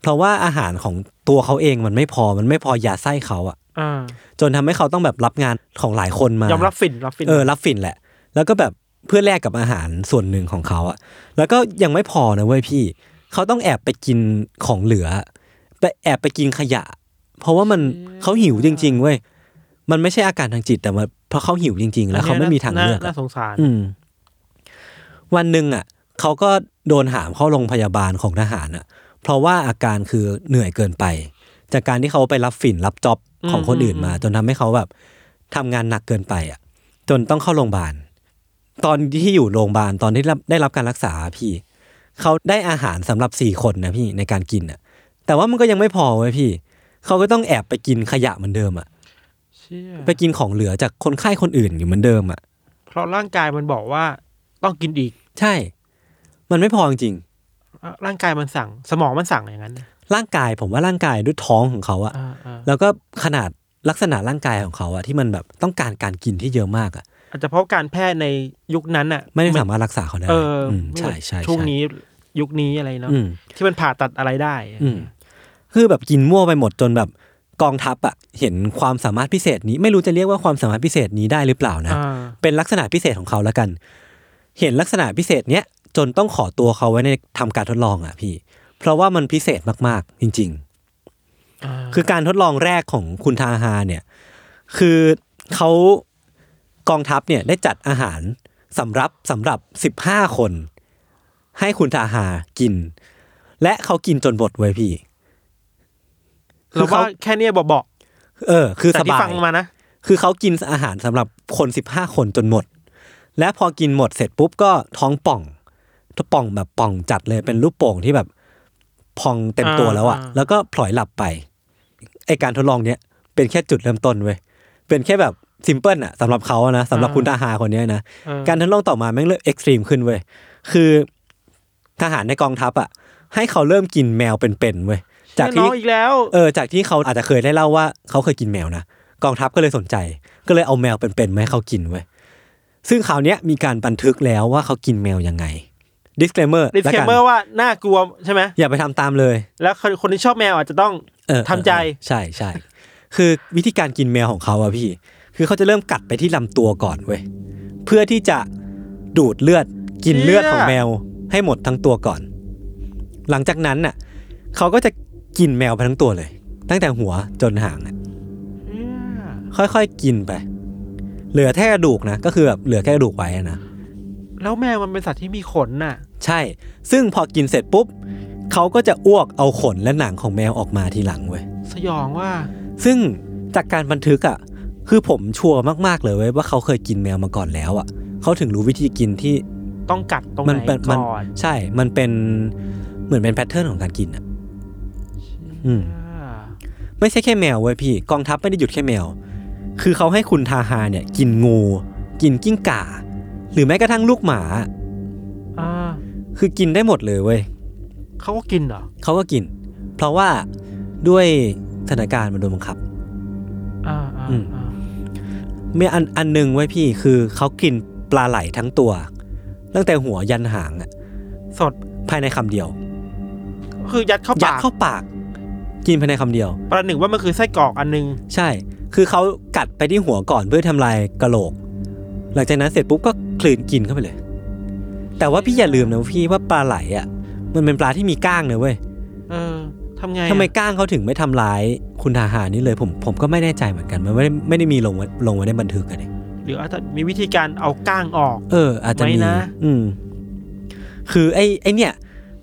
B: เพราะว่าอาหารของตัวเขาเองมันไม่พอมันไม่พอยาไส้เขาอะ
C: อ่า
B: จนทำให้เขาต้องแบบรับงานของหลายคนมาย ย
C: อมรับฝิ่นรับฝิ่น
B: เออรับฝิ่นแหละ แล้วก็แบบเพื่อแลกกับอาหารส่วนหนึ่งของเขาอะแล้วก็ยังไม่พอนะเว้ยพี่ เขาต้องแอบไปกินของเหลือไปแอบไปกินขยะ เพราะว่ามันเขาหิวจริง ๆเว้ยมันไม่ใช่อาการทางจิตแต่มันเพราะเขาหิวจริง ๆ แล้วเขาไม่มีทางเลือก
C: น่
B: อะ
C: น่าสงสาร
B: อืมวันหนึ่งอ่ะเขาก็โดนหามเข้าโรงพยาบาลของทหารอ่ะ เพราะว่าอาการคือเหนื่อยเกินไป จากการที่เขาไปรับฝิ่นรับจ็อบของคนอื่นมา จนทำให้เขาแบบทำงานหนักเกินไปอ่ะ จนต้องเข้าโรงพยาบาล ตอนที่อยู่โรงพยาบาลตอนที่รับได้รับการรักษาพี่ เขาได้อาหารสำหรับสี่คนนะพี่ในการกินอ่ะ แต่ว่ามันก็ยังไม่พอเว้ยพี่ เขาก็ต้องแอบไปกินขยะเหมือนเดิมอ่ะ
C: เชี่ย
B: ไปกินของเหลือจากคนไข้คนอื่นอยู่เหมือนเดิมอ่ะ
C: เพราะร่างกายมันบอกว่าต้องกินอีก
B: ใช่ มันไม่พอจริงๆ
C: อ่ะร่างกายมันสั่ง สมองมันสั่งอย่างนั้นนะ
B: ร่างกายผมว่าร่างกายด้วยท้องของเขาอะ
C: อ่าอ่า
B: แล้วก็ขนาดลักษณะร่างกายของเขาอะที่มันแบบต้องการการกินที่เยอะมากอะ
C: อาจจะเพราะการแพทย์ในยุคนั้นอ่ะ
B: ไม่ได้สามารถรักษาเขาได้
C: เออ
B: ม
C: ไม่เห
B: ใช่
C: มือ
B: ใช่
C: น
B: ใ
C: ช่วงนี้ยุคนี้อะไรเนาะ
B: อืม
C: ที่มันผ่าตัดอะไรได้
B: อืมคือแบบกินมั่วไปหมดจนแบบกองทัพอะเห็นความสามารถพิเศษนี้ ไม่รู้จะเรียกว่าความสามารถพิเศษนี้ได้หรือเปล่านะ
C: อ่า
B: เป็นลักษณะพิเศษของเขาแล้วกัน เห็นลักษณะพิเศษเนี้ยจนต้องขอตัวเขาไว้ในทำการทดลองอะพี่ เพราะว่ามันพิเศษมากๆ จริง ๆ
C: อ่า
B: คือการทดลองแรกของคุณทาฮาเนี่ย คือเขากองทัพเนี่ยได้จัดอาหารสำรับสำหรับสิบห้าคน ให้คุณทาฮากิน และเขากินจนหมดเว้ยพี่ คื
C: เรา
B: อเขา
C: ว่าแค่เนี้ยบอก
B: เออ คื
C: ๆ
B: อ
C: แต่
B: ส
C: ที่
B: บา
C: ฟั
B: ย
C: งมานะ
B: คือเขากินอาหารสำหรับคนสิบห้าคนจนหมด และพอกินหมดเสร็จปุ๊บก็ท้องป่องป่องแบบป่องจัดเลยเป็นรูปโป่งที่แบบพองเต็มตัวแล้วอะแล้วก็พลอยหลับไปไอการทดลองเนี้ยเป็นแค่จุดเริ่มต้นเว้ยเป็นแค่แบบซิมเพิลอะสำหรับเขาอะนะสำหรับคุณทหารคนเนี้ยนะ
C: เออ
B: การทดลองต่อมาแม่งเริ่มเอ็กซ์ตรีมขึ้นเว้ยคือทหารในกองทัพอะให้เขาเริ่มกินแมวเป็นๆเว้ยจาก
C: น้
B: ที่
C: องอีกแล้ว
B: เออจากที่เขาอาจจะเคยได้เล่าว่าเขาเคยกินแมวนะกองทัพก็เลยสนใจ ก็เลยเอาแมวเป็นๆมาให้เขากินเว้ยซึ่งคราวเนี้ยมีการบันทึกแล้วว่าเขากินแมวยังไง disclaimer
C: ดิส
B: ละ
C: เค
B: กัน
C: เมอร์ว่าน่ากลัวใช่ไหม
B: อย่าไปทำตามเลย
C: แล้วคนคนที่ชอบแมวอาจจะต้อง
B: เออ
C: ทำใจ
B: เออเออใช่ใช่คือวิธีการกินแมวของเขาอะพี่ คือเขาจะเริ่มกัดไปที่ลำตัวก่อนเว้ยเพื่อที่จะดูดเลือดกินเลือดของแมวให้หมดทั้งตัวก่อน หลังจากนั้นน่ะเขาก็จะกินแมวไปทั้งตัวเลย ตั้งแต่หัวจนหางอะ
C: เชี่ย
B: ค่อยๆ กินไป เหลือแค่กระดูกนะ ก็คือแบบเหลือแค่กระดูกไว้อะนะ
C: แล้วแมวมันเป็นสัตว์ที่มีขนน่ะ
B: ใช่ ซึ่งพอกินเสร็จปุ๊บ เขาก็จะอ้วกเอาขนและหนังของแมวออกมาทีหลังเว้ย
C: สยองว่า
B: ซึ่งจากการบันทึกอะ่ะ คือผมชัวร์มากๆเลยเว้ยว่าเขาเคยกินแมวมาก่อนแล้วอะ่ะ เขาถึงรู้วิธีกินที่
C: ต้องกัดตรงไห
B: มัน
C: น
B: เป็นมั
C: ก่อน
B: ใช่ มันเป็นเหมือนเป็นแพทเทิร์นของการกินอะ่ะ อืม
C: อ่า
B: ไม่ใช่แค่แมวเว้ยพี่ กองทัพไม่ได้หยุดแค่แมว คือเขาให้คุณทาฮาเนี่ย กินงู กินกิ้งก่า หรือแม้กระทั่งลูกหมา
C: อ่า
B: คือกินได้หมดเลยเว้ย
C: เขาก็กินเหรอ
B: เขาก็กิน เพราะว่าด้วยสถานการณ์มันโดนบังคับ
C: อ่าอ่า
B: อืม
C: อ่า
B: มีอันอันหนึ่งไว้ยพี่คือเขากินปลาไหลทั้งตัว ตั้งแต่หัวยันหางอะ
C: สด
B: ภายในคำเดียว
C: ก็คือยัดเข้า
B: ยัด
C: ปาก
B: เข้าปาก กินภายในคำเดียว
C: ประหนึ่งว่ามันคือไส้กรอกอันนึง
B: ใช่ คือเขากัดไปที่หัวก่อนเพื่อทำลายกระโหลก หลังจากนั้นเสร็จปุ๊บก็กลืนกินเข้าไปเลย แต่ว่าพี่อย่าลืมนะพี่ว่าปลาไหลอะมันเป็นปลาที่มีก้างนะเว้ย
C: เออทำไงอะ
B: ทำไมก้างเขาถึงไม่ทำร้ายคุณทหารนี่เลยผมผมก็ไม่แน่ใจเหมือนกันมันไม่ได้ไม่ได้มีลงไว้ลงไว้ในบันทึกกัน
C: หรืออาจจะมีวิธีการเอาก้างออก
B: เอออาจจะมี
C: ไว้นะ
B: อืม คือไอ้ไอ้เนี่ย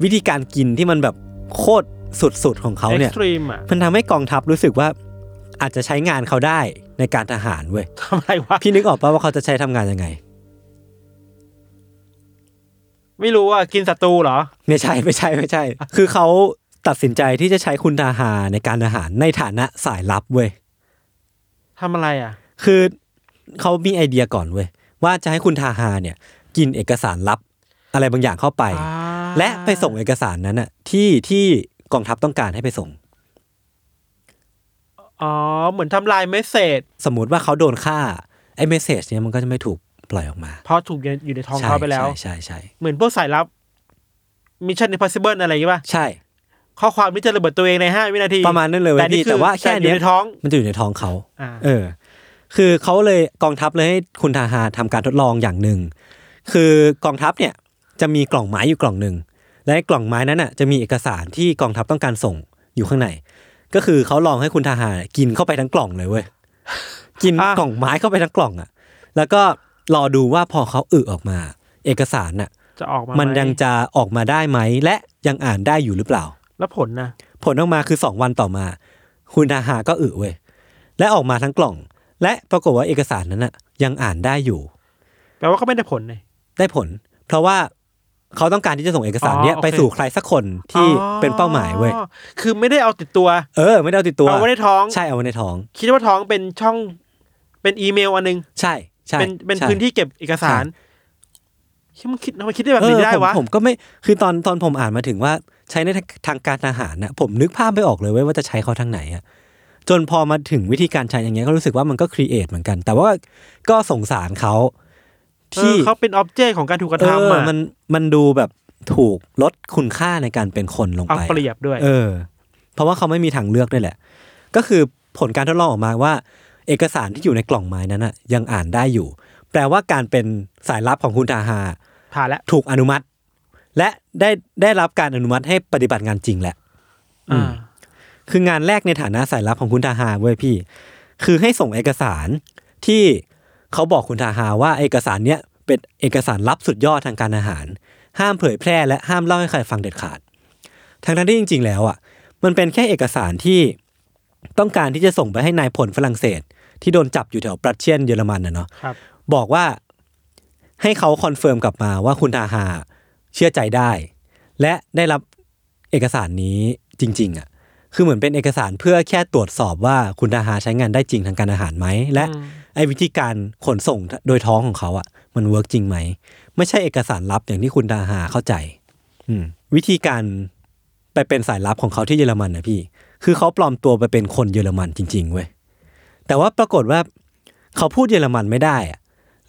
B: วิธีการกินที่มันแบบโคตรสุดๆของเขา
C: เอ็ก
B: เนี่ย
C: ซ์ตรีมอ่ะ
B: มันทำให้กองทัพรู้สึกว่าอาจจะใช้งานเขาได้ในการทหารเว้ย
C: ทำอะไรวะ
B: พี่นึกออกปะว่าเขาจะใช้ทำงานยังไง
C: ไม่รู้ว่ากินศัตรูเหรอ
B: ไม่ใช่ไม่ใช่ ไม่ใช่ คือเขาตัดสินใจที่จะใช้คุณทหารในการทหารในฐานะสายลับเว้ย
C: ทำอะไรอ่ะ
B: คือเขามีไอเดียก่อนเว้ยว่าจะให้คุณทาฮาเนี่ย กินเอกสารลับ อะไรบางอย่างเข้าไป
C: อ่า
B: และไปส่งเอกสารนั้นอะที่ที่กองทัพต้องการให้ไปส่ง
C: อ๋อ เหมือนทำลายเมสเซจ
B: สมมติว่าเขาโดนฆ่าไอ้เมสเซจเนี่ยมันก็จะไม่ถูกปล่อยออกมา
C: เพราะถูกอยู่ในท้อง
B: ใช่
C: เขาไปแล้ว
B: ใช่ใช่ใช่
C: เหมือนพวกสายลับมิชชั่น i m พ o s ิเบิลอะไรอย่างงี้ป่ะ
B: ใช่
C: ข้อความที่จะระเบิดตัวเองในห้าวินาที
B: ประมาณนั้นเลยเว้ย
C: แต่นี่
B: พี่
C: คือ
B: แต่ว่าแค่
C: ต่อ
B: เนี้
C: ยู่
B: ย
C: ในท้อง
B: มันจะอยู่ในท้องเขา
C: อ่า
B: เออ คือเขาเลยกองทัพเลยให้คุณทาฮาทำการทดลองอย่างหนึ่ง คือกองทัพเนี่ยจะมีกล่องไม้อยู่กล่องหนึ่ง และกล่องไม้นั้นน่ะจะมีเอกสารที่กองทัพต้องการส่งอยู่ข้างใน ก็คือเขาลองให้คุณทาฮากินเข้าไปทั้งกล่องเลยเว้ย กิน
C: อ่ะ
B: กล่องไม้เข้าไปทั้งกล่องอ่ะ แล้วก็รอดูว่าพอเขาอึออกมา เอกสารน่ะ
C: จะออกมา
B: มั
C: มัน
B: ยังจะออกมาได้ไหม และยังอ่านได้อยู่หรือเปล่า
C: แล้วผลนะ
B: ผลออกมาคือสองวันต่อมา คุณทาหาก็อึเว้ยและออกมาทั้งกล่อง และปรากฏว่าเอกสารนั้นน่ะ ยังอ่านได้อยู่
C: แปลว่าก็ไม่ได้ผลเลย
B: ได้ผล เพราะว่าเขาต้องการที่จะส่งเอกสารเนี้ย
C: อ๋อโอเค
B: ไปสู่ใครสักคนที่เป็นเป้าหมายเว้ย
C: อ๋อคือไม่ได้เอาติดตัว
B: เออ ไม่ได้เอาติดตัว
C: เอาไว้ในท้อง
B: ใช่เอาไว้ในท้อง
C: คิดว่าท้องเป็นช่องเป็นอีเมลอันนึง
B: ใช่ใช่
C: เป็นเป็น
B: ใช่
C: พื้นที่เก็บเอกสารคิดมันคิดทำไมคิดได้แบบ
B: เอ
C: นี้
B: อ
C: ได้
B: ผม
C: วะ
B: ผมก็ไม่คือตอนตอนผมอ่านมาถึงว่าใช้ในทางทางการทหารนะผมนึกภาพไม่ออกเลยเว้ยว่าจะใช้เขาทางไหนอะจนพอมาถึงวิธีการใช้อย่างเงี้ยก็รู้สึกว่ามันก็ครีเอทเหมือนกัน แต่ว่าก็สงสารเขา
C: เอ
B: ที่
C: อเขาเป็นอ็อบเจกต์ของการถูกกระ
B: เอ
C: ทำ
B: อ
C: อ่ะ
B: มันมันดูแบบถูกลดคุณค่าในการเป็นคนลง
C: เอา
B: ไป
C: เปรียบด้วย
B: เออ เพราะว่าเขาไม่มีทางเลือกด้วยแหละ ก็คือผลการทดลองออกมาว่า เอกสารที่อยู่ในกล่องไม้นั้นอะยังอ่านได้อยู่ แปลว่าการเป็นสายลับของคุณทาฮา
C: ผ่านแล้ว
B: ถูกอนุมัติ และได้ได้รับการอนุมัติให้ปฏิบัติงานจริงแหละ
C: อ่า
B: คืองานแรกในฐานะสายลับของคุณทาฮาเว้ยพี่ คือให้ส่งเอกสารที่เขาบอกคุณทาฮาว่าเอกสารเนี้ยเป็นเอกสารลับสุดยอดทางการอาหาร ห้ามเผยแพร่และห้ามเล่าให้ใครฟังเด็ดขาดทั้งนั้นที่จริง ๆ แล้วอ่ะ มันเป็นแค่เอกสารที่ต้องการที่จะส่งไปให้นายพลฝรั่งเศส ที่โดนจับอยู่แถวปรัชเชียนเยอรมันน่ะเนาะ
C: ครับ
B: บอกว่าให้เขาคอนเฟิร์มกลับมาว่าคุณทาฮาเชื่อใจได้ และได้รับเอกสารนี้จริง ๆ อ่ะ คือเหมือนเป็นเอกสารเพื่อแค่ตรวจสอบว่าคุณทาฮาใช้งานได้จริงทางการอาหารไหม และไอ้วิธีการขนส่งโดยท้องของเขาอ่ะ มันเวิร์กจริงไหม ไม่ใช่เอกสารลับอย่างที่คุณทาฮาเข้าใจ อืมวิธีการไปเป็นสายลับของเขาที่เยอรมันนะพี่ คือเขาปลอมตัวไปเป็นคนเยอรมันจริง ๆ เว้ย แต่ว่าปรากฏว่าเขาพูดเยอรมันไม่ได้อะ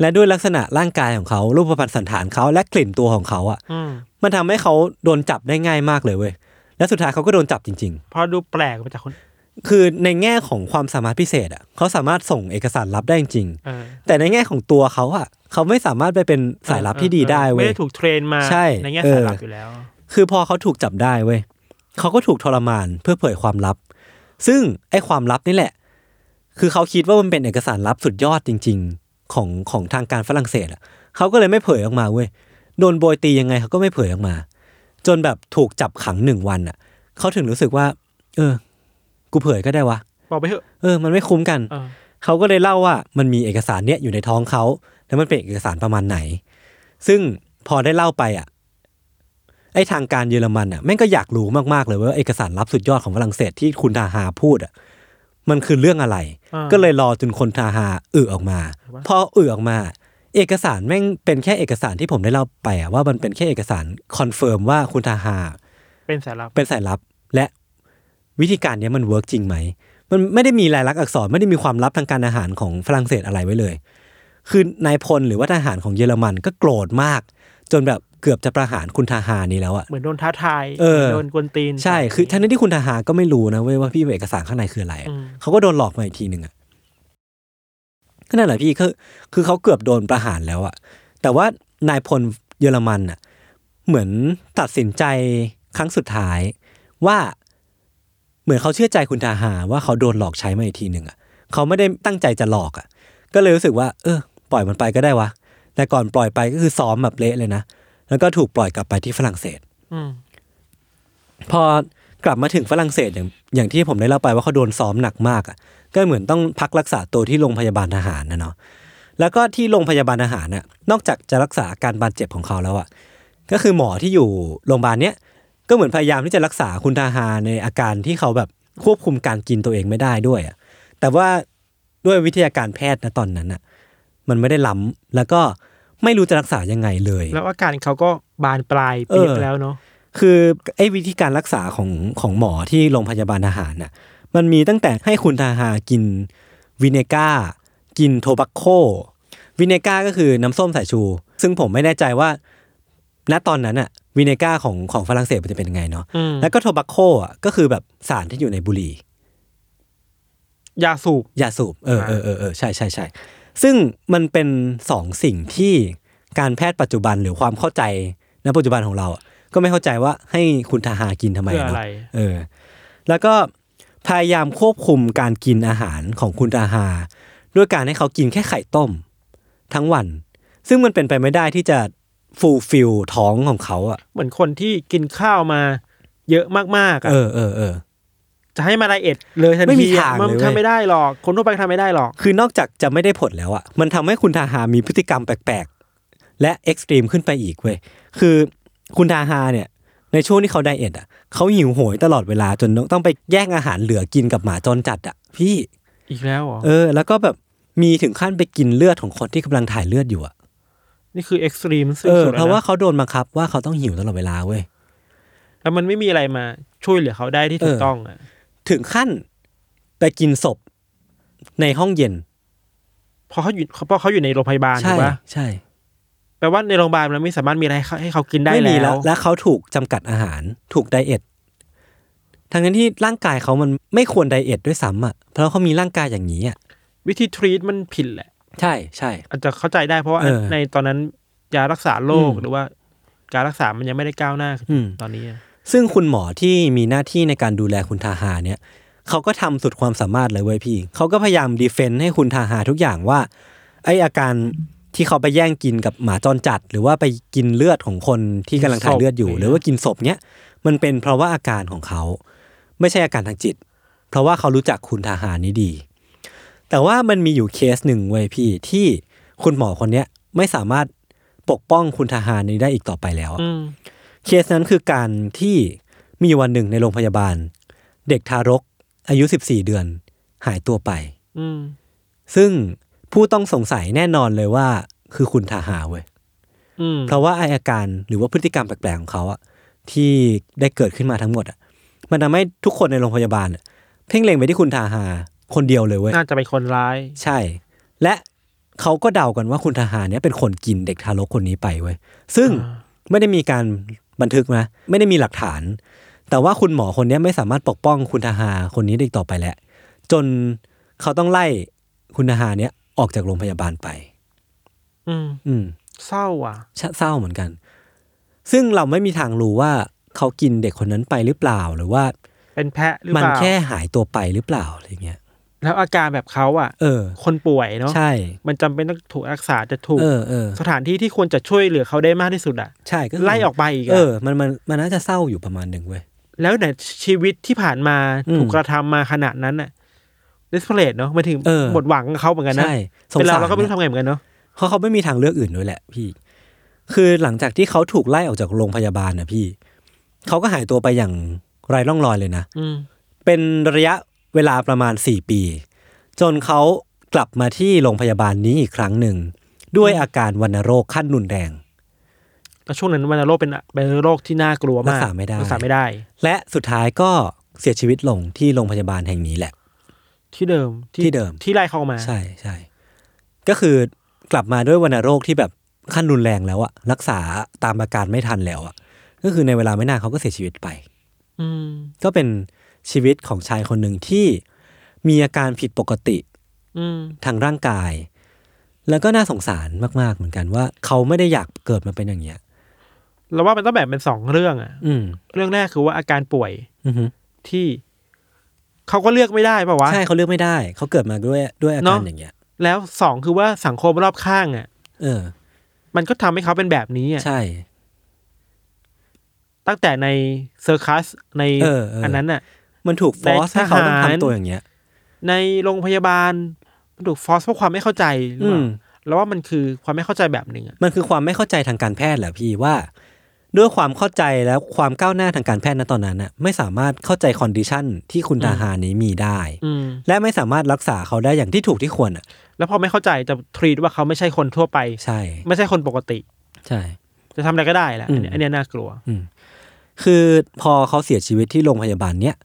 B: และด้วยลักษณะร่างกายของเขา รูปพรรณสันฐานเขาและกลิ่นตัวของเขาอ่ะ
C: อืม
B: มันทำให้เขาโดนจับได้ง่ายมากเลยเว้ย และสุดท้ายเขาก็โดนจับจริง
C: เพราะดูแปลกไปจากคน
B: ๆ คือในแง่ของความสามารถพิเศษอ่ะ เขาสามารถส่งเอกสารลับได้จริง
C: เออ
B: ๆแต่ในแง่ของตัวเขาอ่ะ เขาไม่สามารถไปเป็นสายลับที่ดีได้เว้
C: ไม่
B: ย
C: ได้ถูกเทรนมา
B: ใช่
C: แง่
B: เออ
C: สายลับอยู่แล้ว
B: คือพอเขาถูกจับได้เว้ยเขาก็ถูกทรมานเพื่อเผยความลับ ซึ่งไอ้ความลับนี่แหละ คือเขาคิดว่ามันเป็นเอกสารลับสุดยอดจริง ๆ ของของทางการฝรั่งเศสอ่ะเขาก็เลยไม่เผยออกมาเว้ยโดนโบยตียังไงเขาก็ไม่เผยออกมา จนแบบถูกจับขังหนึ่งวันอ่ะเขาถึงรู้สึกว่า เออ กูเผยก็ได้วะ
C: บอกไปเถอะ
B: เออ มันไม่คุ้มกัน
C: เออ
B: เขาก็เลยเล่าว่ามันมีเอกสารเนี้ยอยู่ในท้องเขา แล้วมันเป็นเอกสารประมาณไหน ซึ่งพอได้เล่าไปอ่ะไอ้ทางการเยอรมันอ่ะแม่งก็อยากรู้มากๆเลยว่าเอกสารลับสุดยอดของฝรั่งเศสที่คุณทาฮาพูดอ่ะมันคือเรื่องอะไร
C: ออ
B: ก็เลยรอจนคนทาฮาอึออกมา พออึออกมา เอกสารแม่งเป็นแค่เอกสารที่ผมได้เล่าไปอ่ะว่ามันเป็นแค่เอกสารคอนเฟิร์มว่าคุณทาฮา
C: เป็นสายลับ
B: เป็นสายลับและวิธีการเนี้ยมันเวิร์กจริงไหม มันไม่ได้มีลายลักษณ์อักษรไม่ได้มีความลับทางการอาหารของฝรั่งเศสอะไรไว้เลย คือนายพลหรือว่าทหารของเยอรมันก็โกรธมาก จนแบบเกือบจะประหารคุณทาฮานี้แล้วอะ
C: เหมือนโดนท้าทาย
B: เออ
C: โดนกวนตีน
B: ใช่คือทั้งที่คุณทาฮาก็ไม่รู้นะเว้ยว่าพี่เอกสารข้างในคืออะไรอะ
C: อืม
B: เขาก็โดนหลอกมาอีกทีหนึ่งอะก็นั่นแหละพี่คือคือเขาเกือบโดนประหารแล้วอะแต่ว่านายพลเยอรมันอะเหมือนตัดสินใจครั้งสุดท้ายว่าเหมือนเขาเชื่อใจคุณทาฮาว่าเขาโดนหลอกใช้มาอีกทีหนึ่งอะเขาไม่ได้ตั้งใจจะหลอกอะก็เลยรู้สึกว่า เออ ปล่อยมันไปก็ได้วะแต่ก่อนปล่อยไปก็คือซ้อมแบบเละเลยนะ แล้วก็ถูกปล่อยกลับไปที่ฝรั่งเศส
C: อืม
B: พอกลับมาถึงฝรั่งเศสอย่างอย่างที่ผมได้เล่าไปว่าเขาโดนซ้อมหนักมากอ่ะก็เหมือนต้องพักรักษาตัวที่โรงพยาบาลทหารนะเนาะแล้วก็ที่โรงพยาบาลทหารน่ะนอกจากจะรักษาอาการบาดเจ็บของเขาแล้วอ่ะก็คือหมอที่อยู่โรงพยาบาลเนี้ยก็เหมือนพยายามที่จะรักษาคุณทหารในอาการที่เขาแบบควบคุมการกินตัวเองไม่ได้ด้วยอ่ะแต่ว่าด้วยวิทยาการแพทย์นะตอนนั้นอ่ะมันไม่ได้ล้ำแล้วก็ไม่รู้จะรักษายังไงเลย
C: แล้วอาการเขาก็บานปลายปีก
B: เออ
C: แล้วเนาะ
B: คือไอ้วิธีการรักษาของของหมอที่โรงพยาบาลทหารน่ะมันมีตั้งแต่ให้คุณทหารกินวินเนก้า กินโทบัคโควินเนก้าก็คือน้ำส้มสายชู ซึ่งผมไม่แน่ใจว่า ณตอนนั้นน่ะวินเนก้าของของฝรั่งเศสมันจะเป็นยังไงเนาะ
C: อืม
B: แล้วก็โทบัคโคอ่ะก็คือแบบสารที่อยู่ในบุหรี่
C: ยาสูบ
B: ยาสูบเออเออเออเออใช่ใช่ใช่ซึ่งมันเป็นสองสิ่งที่การแพทย์ปัจจุบันหรือความเข้าใจณปัจจุบันของเราอ่ะก็ไม่เข้าใจว่าให้คุณทหารกินทำไม
C: เพื่ออะ
B: เนาะ
C: ไร
B: เออแล้วก็พยายามควบคุมการกินอาหารของคุณอาหา ด้วยการให้เขากินแค่ไข่ต้ม ทั้งวัน ซึ่งมันเป็นไปไม่ได้ที่จะฟูลฟิลท้องของเขาอ่ะ
C: เหมือนคนที่กินข้าวมาเยอะมากๆอะ
B: เออเออเออ
C: จะให้มาไดเอทเลยทัน
B: ไม่มี
C: ทีอะ
B: ทางเลย
C: มัน
B: เว้ย
C: ทำไม่ได้หรอก คนทั่วไปทำไม่ได้หรอก
B: คือนอกจากจะไม่ได้ผลแล้วอ่ะ มันทำให้คุณทาหามีพฤติกรรมแปลกๆ และเอ็กซ์ตรีมขึ้นไปอีกเว้ย คือคุณทาหาเนี่ย ในช่วงที่เขาไดเอทอ่ะเขาหิวโหยตลอดเวลาจนต้องไปแย่งอาหารเหลือกินกับหมาจรจัดอ่ะพี่
C: อีกแล้วเหรอ
B: เออ แล้วก็แบบมีถึงขั้นไปกินเลือดของคนที่กำลังถ่ายเลือดอยู่อะ
C: นี่คือเอ็กซ์ตรีมสุด
B: เออ
C: ๆ
B: เพ
C: แล้ว
B: ราะว่า
C: นะ
B: เขาโดนบังคับว่าเขาต้องหิวตลอดเวลาเว้ย
C: แล้วมันไม่มีอะไรมาช่วยเหลือเขาได้ที่ถูก
B: เออ
C: ต้องอ่ะ
B: ถึงขั้นไปกินศพในห้องเย็น
C: เพราะเขาอยู่เพราะเขาอยู่ในโรงพยาบาลถู
B: ใช่
C: กปะ
B: ใช่
C: แปลว่าในโรงพยาบาลมันไม่สามารถมีอะไรให้เขาให้เขากินได้
B: ไม่มี
C: แล้
B: แล้ว ว และเขาถูกจำกัดอาหาร ถูกไดเอททั้งนั้นที่ร่างกายเขามันไม่ควรไดเอทด้วยซ้ำอ่ะเพราะเขามีร่างกายอย่างนี้อ่ะ
C: วิธีทรีตมันผิดแหละ
B: ใช่ใช่
C: อาจจะเข้าใจได้เพราะว่า
B: เออ
C: ในตอนนั้นยารักษาโรค
B: อืม
C: หรือว่า การรักษามันยังไม่ได้ก้าวหน้า
B: อืม
C: ตอนนี้อะ
B: ซึ่งคุณหมอที่มีหน้าที่ในการดูแลคุณทาหาเนี่ยเขาก็ทำสุดความสามารถเลยเว้ยพี่เขาก็พยายามดีเฟนต์ให้คุณทาหาทุกอย่างว่า ไออาการที่เขาไปแย่งกินกับหมาจรจัด หรือว่าไปกินเลือดของคนที่กำลังถ่ายเลือดอยู่ หรือว่ากินศพเนี่ยมันเป็นเพราะว่าอาการของเขา ไม่ใช่อาการทางจิต เพราะว่าเขารู้จักคุณทาหานี้ดี แต่ว่ามันมีอยู่เคสหนึ่งเว้ยพี่ที่คุณหมอคนเนี้ยไม่สามารถปกป้องคุณทาหานี้ได้อีกต่อไปแล้วอะ
C: อืม
B: เคสนั้นคือการที่มีวันหนึ่งในโรงพยาบาล เด็กทารกอายุ 14 เดือน หายตัวไป
C: อืม
B: ซึ่งผู้ต้องสงสัยแน่นอนเลยว่า คือคุณทาหาเว้ย
C: อืม
B: เพราะว่าไออาการหรือว่าพฤติกรรมแปลกๆของเขาอะที่ได้เกิดขึ้นมาทั้งหมดอะมันทำให้ทุกคนในโรงพยาบาลอะเพ่งเล็งไปที่คุณทาหาคนเดียวเลยเว้ย
C: น่าจะเป็นคนร้าย
B: ใช่ และเขาก็เดากันว่าคุณทาหาเนี่ยเป็นคนกินเด็กทารกคนนี้ไปเว้ยซึ่ง
C: อ่า
B: ไม่ได้มีการบันทึกนะ ไม่ได้มีหลักฐาน แต่ว่าคุณหมอคนเนี้ยไม่สามารถปกป้องคุณทหารคนนี้ได้อีกต่อไปแล้ว จนเขาต้องไล่คุณทหารเนี้ยออกจากโรงพยาบาลไป
C: อืม
B: อืม
C: เศร้าอ่ะ
B: ชะเศร้าเหมือนกัน ซึ่งเราไม่มีทางรู้ว่าเขากินเด็กคนนั้นไปหรือเปล่า หรือว่า
C: เป็นแพะหรือ
B: มัน
C: เปล่า
B: แค่หายตัวไปหรือเปล่าอะไรเงี้ย
C: แล้วอาการแบบเขาอ่ะ
B: เออ
C: คนป่วยเนาะ
B: ใช่
C: มันจำเป็นต้องถูกรักษาจะถูก
B: เออเออ
C: สถานที่ที่ควรจะช่วยเหลือเขาได้มากที่สุดอ่ะ
B: ใช่ก็คื
C: ไล่ออกไปอีก
B: เอ
C: อ่ะ
B: อ มันมันมันน่าจะเศร้าอยู่ประมาณหนึ่งเว้ย
C: แล้วไหนชีวิตที่ผ่านมา
B: อืม
C: ถูกกระทำมาขนาดนั้นอ่ะเดสเพลตเนาะมาถึง
B: เออ
C: หมดหวังกับเขาเหมือนกันนะ
B: ใช่สง
C: เป็น
B: สา
C: เรา
B: ร
C: เราก็ไม่
B: นะ
C: รู้ทำไงเหมือนกันเนาะ
B: เพราะเขาไม่มีทางเลือกอื่นด้วยแหละพี่ คือหลังจากที่เขาถูกไล่ออกจากโรงพยาบาลนะพี่ เขาก็หายตัวไปอย่างไร้ร่องรอยเลยนะ
C: อืม
B: เป็นระยะเวลาประมาณ 4 ปี จนเขากลับมาที่โรงพยาบาลนี้อีกครั้งหนึ่ง ด้วยอาการวัณโรคขั้นรุนแรง
C: แล้วช่วงนั้นวัณโรคเป็นเป็นโรคที่น่ากลัวมา
B: รั
C: ก
B: กษาไม่ได้
C: รักษาไม่ได้
B: และสุดท้ายก็เสียชีวิตลงที่โรงพยาบาลแห่งนี้แหละ
C: ที่เดิม
B: ที่เดิม
C: ที่ไล่เข้ามา
B: ใช่ใช่ก็คือกลับมาด้วยวัณโรคที่แบบขั้นรุนแรงแล้วอะรักษาตามอาการไม่ทันแล้วอะก็คือในเวลาไม่นานเขาก็เสียชีวิตไป
C: อืม
B: ก็เป็นชีวิตของชายคนหนึ่งที่มีอาการผิดปกติ
C: อืม
B: ทางร่างกาย แล้วก็น่าสงสารมาก ๆ เหมือนกันว่า เขาไม่ได้อยากเกิดมาเป็นอย่างเงี้ย
C: เราว่ามันต้องแบ่งเป็นสองเรื่องอะ
B: อืม
C: เรื่องแรกคือว่าอาการป่วย
B: อือฮึ
C: ที่เขาก็เลือกไม่ได้ป่าวะ
B: ใช่เขาเลือกไม่ได้ เขาเกิดมาด้วยด้วยอาการ
C: เนอะ
B: อย่างเงี้ย
C: แล้วสองคือว่าสังคมรอบข้างอะ
B: เออ
C: มันก็ทำให้เขาเป็นแบบนี้อะ
B: ใช่
C: ตั้งแต่ในเซอร์คัสใน
B: เออเอออั
C: นนั้นน่ะ
B: มันถูกฟอสให้เขาต้อง
C: ในทหาร
B: ทำตัวอย่างเงี้ย
C: ในโรงพยาบาลมันถูกฟอสเพราะความไม่เข้าใจหรือ
B: อื
C: เปล่าม แล้วว่ามันคือความไม่เข้าใจแบบหนึ่งอะ
B: มันคือความไม่เข้าใจทางการแพทย์แหละพี่ว่า ด้วยความเข้าใจแล้วความก้าวหน้าทางการแพทย์ณตอนนั้นน่ะไม่สามารถเข้าใจคอนดิชันที่คุณทหารนี้มีได้
C: อืม
B: และไม่สามารถรักษาเขาได้อย่างที่ถูกที่ควรอ่ะ
C: แล้วพอไม่เข้าใจจะทรีตว่าเขาไม่ใช่คนทั่วไป
B: ใช่
C: ไม่ใช่คนปกติ
B: ใช่
C: จะทำอะไรก็ได้แหละ
B: อื
C: อัน
B: ม
C: เนี้ยอันเนี้ยน่ากลัว
B: คือพอเขาเสียชีวิตที่โรงพยาบาลเนี้ย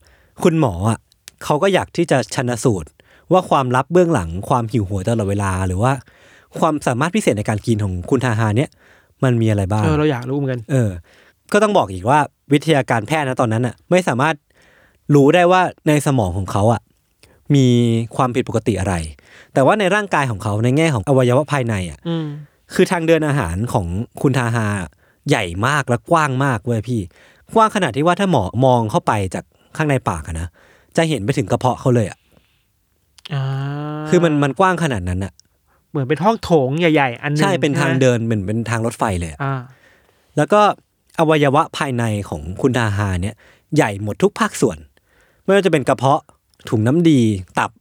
B: คุณหมออ่ะเขาก็อยากที่จะชันสูตร ว่าความลับเบื้องหลังความหิวโหยตลอดเวลา หรือว่า ความสามารถพิเศษในการกินของคุณทาฮาเนี่ย มันมีอะไรบ้าง
C: เออเราอยากรู้เหมือนกัน
B: เออ ก็ต้องบอกอีกว่าวิทยาการแพทย์นะตอนนั้นน่ะ ไม่สามารถรู้ได้ว่าในสมองของเขาอ่ะมีความผิดปกติอะไร แต่ว่าในร่างกายของเขาในแง่ของอวัยวะภายในอ่ะ
C: อืม
B: คือทางเดินอาหารของคุณทาฮาใหญ่มากและกว้างมากเว้ยพี่ กว้างขนาดที่ว่าถ้าหมอมองเข้าไปจากข้างในปากอะนะจะเห็นไปถึงกระเพาะเขาเลยอ่ะ
C: อ่า
B: คือมันมันกว้างขนาดนั้นอ่ะ
C: เหมือนเป็นห้องโถงใหญ่ ๆ อันหนึง
B: ใช่เป็นทาง
C: ไหม
B: เดินเหมือนเป็นทางรถไฟเลยอะ
C: อ่า
B: แล้วก็อวัยวะภายในของคุณทาฮาเนี่ยใหญ่หมดทุกภาคส่วน ไม่ว่าจะเป็นกระเพาะถุงน้ำดีตับ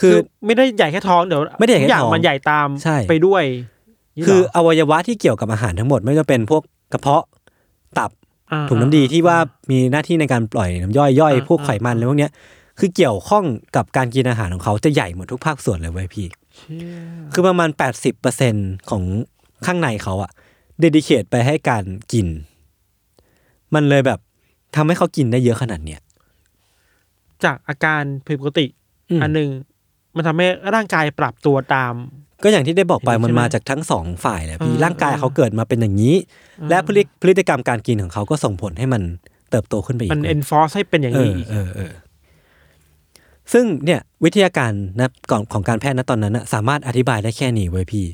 B: คื
C: คือ อไม่ได้ใหญ่แค่ท้องเดี๋ยว
B: ไม่ได้ใหญ่แค่
C: ทุกอย่าง
B: ท้อง
C: มันใหญ่ตาม
B: ใช่
C: ไปด้วย
B: คือ
C: นี่เหร
B: อวัยวะที่เกี่ยวกับอาหารทั้งหมด ไม่ว่าจะเป็นพวกกระเพาะตับ
C: อ่า
B: ถุงน้ำดีที่ว่า
C: อ่
B: มีหน้าที่ในการปล่อยน้ำย่อยย่อย
C: อ่า
B: พวก
C: อ่า
B: ไขมันอะไรพวกเนี้ยคือเกี่ยวข้องกับการกินอาหารของเขาจะใหญ่หมดทุกภาคส่วนเลยเว้ยพี่
C: เชี่ย
B: คือประมาณ 80%ของข้างในเขาอะเดดิเคทไปให้การกิน มันเลยแบบทำให้เขากินได้เยอะขนาดเนี้ย
C: จากอาการผิดปกติ
B: อืม
C: อันหนึ่งมันทำให้ร่างกายปรับตัวตาม
B: ก็อย่างที่ได้บอกไป
C: เห็นใช่ไหม
B: มันมาจากทั้งสองฝ่ายแหละพี่
C: เออ
B: ร่างกาย
C: เออ
B: เขาเกิดมาเป็นอย่างนี้ และพฤติพฤติกรรมการกินของเขาก็ส่งผลให้มันเติบโตขึ้นไปอีก
C: มัน
B: เว้ย
C: enforce ให้เป็นอย่างนี้อีก
B: เออเออเออซึ่งเนี่ยวิทยาการนะก่อนของการแพทย์นะตอนนั้นนะสามารถอธิบายได้แค่นี้เว้ยพี่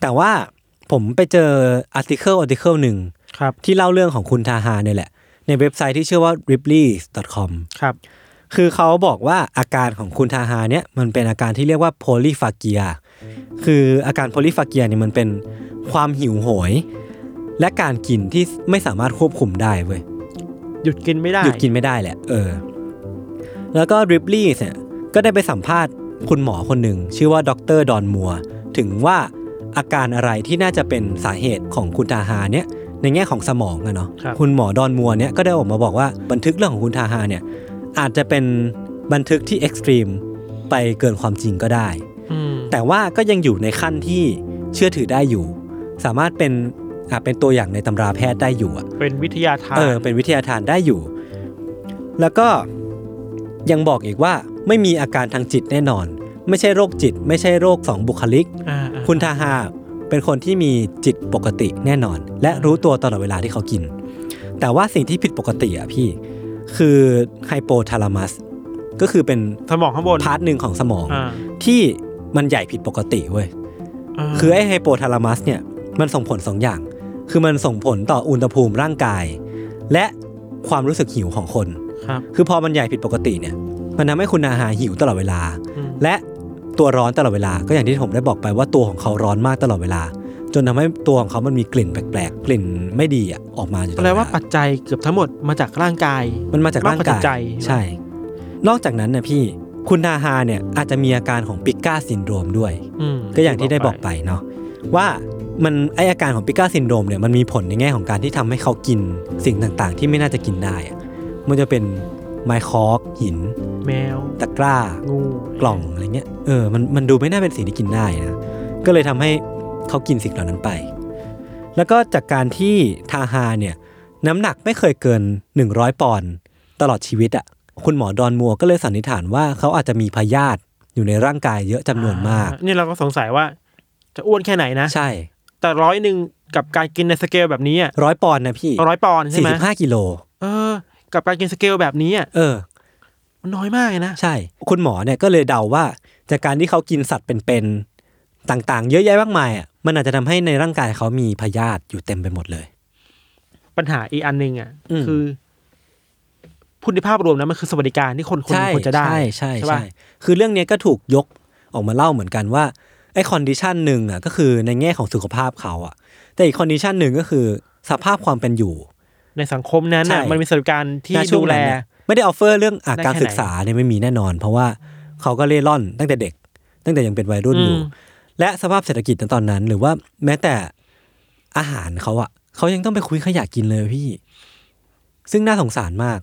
B: แต่ว่าผมไปเจออาร์ติเคิลอาร์ติเคิลหนึ่ง
C: ครับ
B: ที่เล่าเรื่องของคุณทาฮาเนี่ยแหละ ในเว็บไซต์ที่ชื่อว่า ripley.com
C: ครับ
B: คือเขาบอกว่าอาการของคุณทาฮาเนี่ยมันเป็นอาการที่เรียกว่าโพลิฟาเกีย คืออาการโพลิฟาเกียเนี่ยมันเป็นความหิวโหย และการกินที่ไม่สามารถควบคุมได้เว้ย
C: หยุดกินไม่ได้
B: หยุดกินไม่ได้แหละ เออ แล้วก็ริปลี่เนี่ย ก็ได้ไปสัมภาษณ์คุณหมอคนหนึ่ง ชื่อว่าดรดอนมัว ถึงว่าอาการอะไรที่น่าจะเป็นสาเหตุของคุณทาฮาเนี่ย ในแง่ของสมองอะเนาะ
C: ครับ
B: ณหมอดอนมัวเนี่ยก็ได้ออกมาบอกว่าบันทึกเรื่องของคุณทาฮาเนี่ย อาจจะเป็นบันทึกที่เอ็กซ์ตรีมไปเกินความจริงก็ได้
C: อืม
B: แต่ว่าก็ยังอยู่ในขั้นที่เชื่อถือได้อยู่ สามารถเป็นอ่ะเป็นตัวอย่างในตำราแพทย์ได้อยู่อะ
C: เป็นวิทยาทาน
B: เออเป็นวิทยาทานได้อยู่ แล้วก็ยังบอกอีกว่าไม่มีอาการทางจิตแน่นอน ไม่ใช่โรคจิต ไม่ใช่โรคสองบุคลิก
C: าอ่า
B: คุณทาฮาเป็นคนที่มีจิตปกติแน่นอน และรู้ตัวตลอดเวลาที่เขากิน แต่ว่าสิ่งที่ผิดปกติอะพี่ คือไฮโปทาลามัสก็คือเป็น
C: สมองข้างบน
B: พาร์ทหนึ่งของสมอง
C: อ่า
B: ที่มันใหญ่ผิดปกติเว้ย
C: า
B: คือไอ้ไฮโปทาลามัสเนี่ยมันส่งผลสองอย่าง คือมันส่งผลต่ออุณหภูมิร่างกาย และความรู้สึกหิวของคน
C: ครับ
B: คือพอมันใหญ่ผิดปกติเนี่ย มันทำให้คุณอาหารหิวตลอดเวลา
C: อืม
B: และตัวร้อนตลอดเวลา ก็อย่างที่ผมได้บอกไปว่าตัวของเขาร้อนมากตลอดเวลา จนทำให้ตัวของเขามันมีกลิ่นแปลกๆ กลิ่นไม่ดีอะออกมาอยู่ตลอด
C: แปล
B: เว
C: ว่า
B: ลา
C: ปัจจัยเกือบทั้งหมดมาจากร่างกาย
B: มันมาจากร่างกาย
C: มากกว่าใจ
B: ใช่ นอกจากนั้นนะพี่ คุณนาฮาเนี่ยอาจจะมีอาการของปิก้าซินโดรมด้วย
C: อืม
B: ก็อย่างที่ได้บอกไปเนาะว่ามันไออาการของปิก้าซินโดรมเนี่ยมันมีผลในแง่ของการที่ทำให้เขากินสิ่งต่างๆ ที่ไม่น่าจะกินได้อะมันจะเป็นไมคอกหิน
C: แมว
B: ตะกร้า
C: งู
B: กล่องอะไรเงี้ยเออมันมันดูไม่น่าเป็นสิ่งที่กินได้นะก็เลยทำให้เขากินสิ่งเหล่านั้นไป แล้วก็จากการที่ทาฮาเนี่ยน้ำหนักไม่เคยเกิน 100 ปอนด์ตลอดชีวิตอะ่ะคุณหมอดอนมัวก็เลยสันนิษฐานว่าเขาอาจจะมีพยาธิอยู่ในร่างกายเยอะจำนวนมาก
C: อ่นี่เราก็สงสัยว่า จะอ้วนแค่ไหนนะ
B: ใช่
C: แต่ร้อยหนึ่งกับการกินในสเกลแบบนี้อ่ะ
B: ร้อยปอนด์นะพี่
C: ร้อยปอนด์ใช่
B: สี่
C: ไหม
B: สิบห้ากิโล
C: เออ กับการกินสเกลแบบนี้อ่ะ
B: เออ
C: มันน้อยมากเลยนะ
B: ใช่ คุณหมอเนี่ยก็เลยเดาว่า จากการที่เขากินสัตว์เป็นๆต่างๆ เยอะแยะมากมายอ่ะมันอาจจะทำให้ในร่างกายเขามีพยาธิอยู่เต็มไปหมดเลย
C: ปัญหาอีกอันหนึ่งอ่ะ
B: อืม
C: คือพูดในภาพรวมนะมันคือสวัสดิการที่คนคนหนึ่งควรจะได้
B: ใช่ใช่
C: ใช่
B: ใช่
C: ปะ
B: คือเรื่องเนี้ยก็ถูกยกออกมาเล่าเหมือนกันว่าไอ้คอนดิชันหนึ่งอ่ะก็คือในแง่ของสุขภาพเขาอ่ะ แต่อีกคอนดิชันหนึ่งก็คือสภาพความเป็นอยู่
C: ในสังคมนั้นน่ะ
B: ใช่
C: มันมีสวัสดิการที่
B: ณช่ว
C: ดู
B: ง
C: แล
B: นั้นเนี่ยไม่ได้ออฟเฟอร์เรื่องอะ
C: ได้
B: การ
C: แค่
B: ศึกษาเนี่ยไม่มีแน่นอน เพราะว่าเขาก็เล่ร่อนตั้งแต่เด็ก ตั้งแต่ยังเป็นวัยรุ่นอยู่
C: อืม
B: และสภาพเศรษฐกิจในตอนนั้น หรือว่าแม้แต่อาหารเขาอะเขายังต้องไปคุยขยะกินเลยพี่ ซึ่งน่าสงสารมาก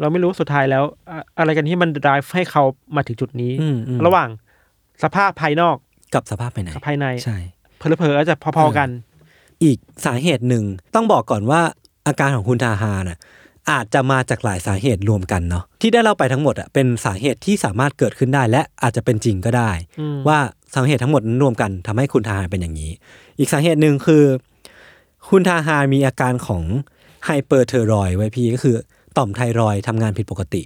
C: เราไม่รู้สุดท้ายแล้วอะอะไรกันที่มัน drive ให้เขามาถึงจุดนี้
B: อืมอืม
C: ระหว่างสภาพภายนอก
B: กับสภาพภายใน
C: กับภายใน
B: ใช่
C: เพลเพอๆอาจจะพอๆกัน
B: อีกสาเหตุหนึ่งต้องบอกก่อนว่าอาการของคุณทาฮาน่ะอาจจะมาจากหลายสาเหตุรวมกันเนาะที่ได้เล่าไปทั้งหมดอ่ะเป็นสาเหตุที่สามารถเกิดขึ้นได้ และอาจจะเป็นจริงก็ได้
C: อืม
B: ว่าสาเหตุทั้งหมดนั้นรวมกันทำให้คุณทาฮาเป็นอย่างนี้ อีกสาเหตุหนึ่งคือ คุณทาฮามีอาการของไฮเปอร์เทอรอยไว้ยพี่ก็คือต่อมไทรอยด์ทำงานผิดปกติ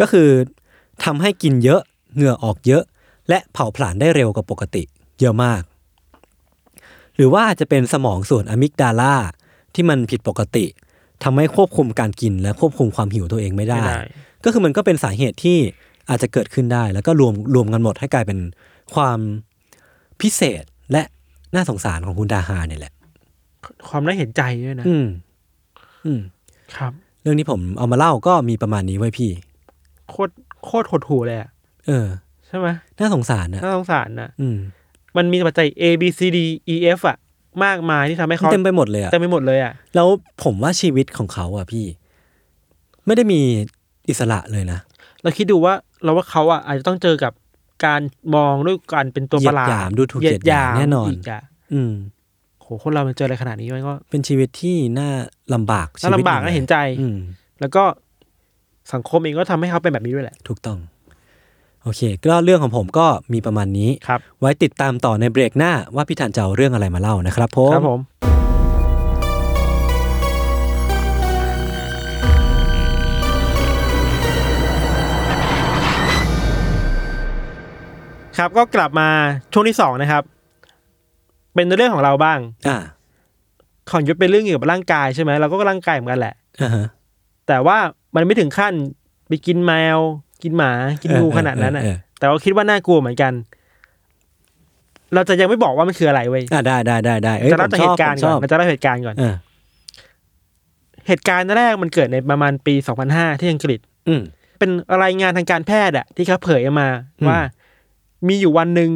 B: ก็คือทำให้กินเยอะเหงื่อออกเยอะ และเผาผลาญได้เร็วกว่าปกติ เยอะมาก หรือว่าอาจจะเป็นสมองส่วนอะมิกดาลาที่มันผิดปกติทำให้ควบคุมการกินและควบคุมความหิวตัวเองไม่ได้
C: ไม่ได้
B: ก็คือมันก็เป็นสาเหตุที่อาจจะเกิดขึ้นได้ แล้วก็รวมรวมกันหมดให้กลายเป็นความพิเศษและน่าสงสารของคุณดาฮาเนี่ยแหละ
C: ความน่าเห็นใจด้วยนะ
B: อืม อืม
C: ครับ
B: เรื่องที่ผมเอามาเล่าก็มีประมาณนี้ไว้ยพี่
C: โคตรโคตรหดหู่เลยอะ
B: เออ
C: ใช่ไหม
B: น่าสงสารนะ
C: น่าสงสารนะ
B: อืม
C: มันมีปัจจัย A B C D E F อะมากมายที่ทำให้
B: มัน
C: เขา
B: เต็มไปหมดเลยอะ
C: เต็มไปหมดเลยอะ
B: แล้วผมว่าชีวิตของเขาอะพี่ ไม่ได้มีอิสระเลยนะ
C: เราคิดดูว่าเราว่าเขาอะอาจจะต้องเจอกับการมองด้วยการเป็นตัวประหลาด
B: เหยียดหยามดูถูกเหยียดหยามแน่นอน
C: อีกอะ
B: อืม
C: โหคนเรามันเจออะไรขนาดนี้มันก็
B: เป็นชีวิตที่น่าลำบากชี
C: น่า
B: วิต
C: ลำบาก
B: ง
C: น่าเห็นใจ
B: อืม
C: แล้วก็สังคมเองก็ทำให้เขาเป็นแบบนี้ด้วยแหละ
B: ถูกต้อง โอเค ก็เรื่องของผมก็มีประมาณนี้
C: ครับ
B: ไว้ติดตามต่อในเบรกหน้าว่าพี่ธันจะเอาเรื่องอะไรมาเล่านะครับผม
C: ครับผมครับก็กลับมาช่วงที่สองนะครับ เป็นเรื่องของเราบ้าง
B: อ่า
C: ของยุทธเป็นเรื่องเกี่ยวกับร่างกายใช่ไหมเราก็ร่างกายเหมือนกันแหละ
B: อ่าฮะ
C: แต่ว่ามันไม่ถึงขั้นไปกินแมว กินหมา กินงูขนาดนั้น
B: อ่ะ
C: อ่ะ แต่ว่าคิดว่าน่ากลัวเหมือนกัน เราจะยังไม่บอกว่ามันคืออะไรเว้ย
B: อ่าได้ได้ได้ได้อ้ย
C: จะเล่าแต่
B: ผม
C: เห
B: ชอบ
C: ตุการณ์
B: ผมช
C: ก่อ
B: อบ
C: นมันจะเล่าเหตุการณ์ก่อน
B: อ่า
C: เหตุการณ์แรกมันเกิดในประมาณปี 2005 ที่อังกฤษ
B: อืม
C: เป็นรายงานทางการแพทย์อะที่เขาเผยออกมา
B: อืม
C: ว่า มีอยู่วันหนึ่ง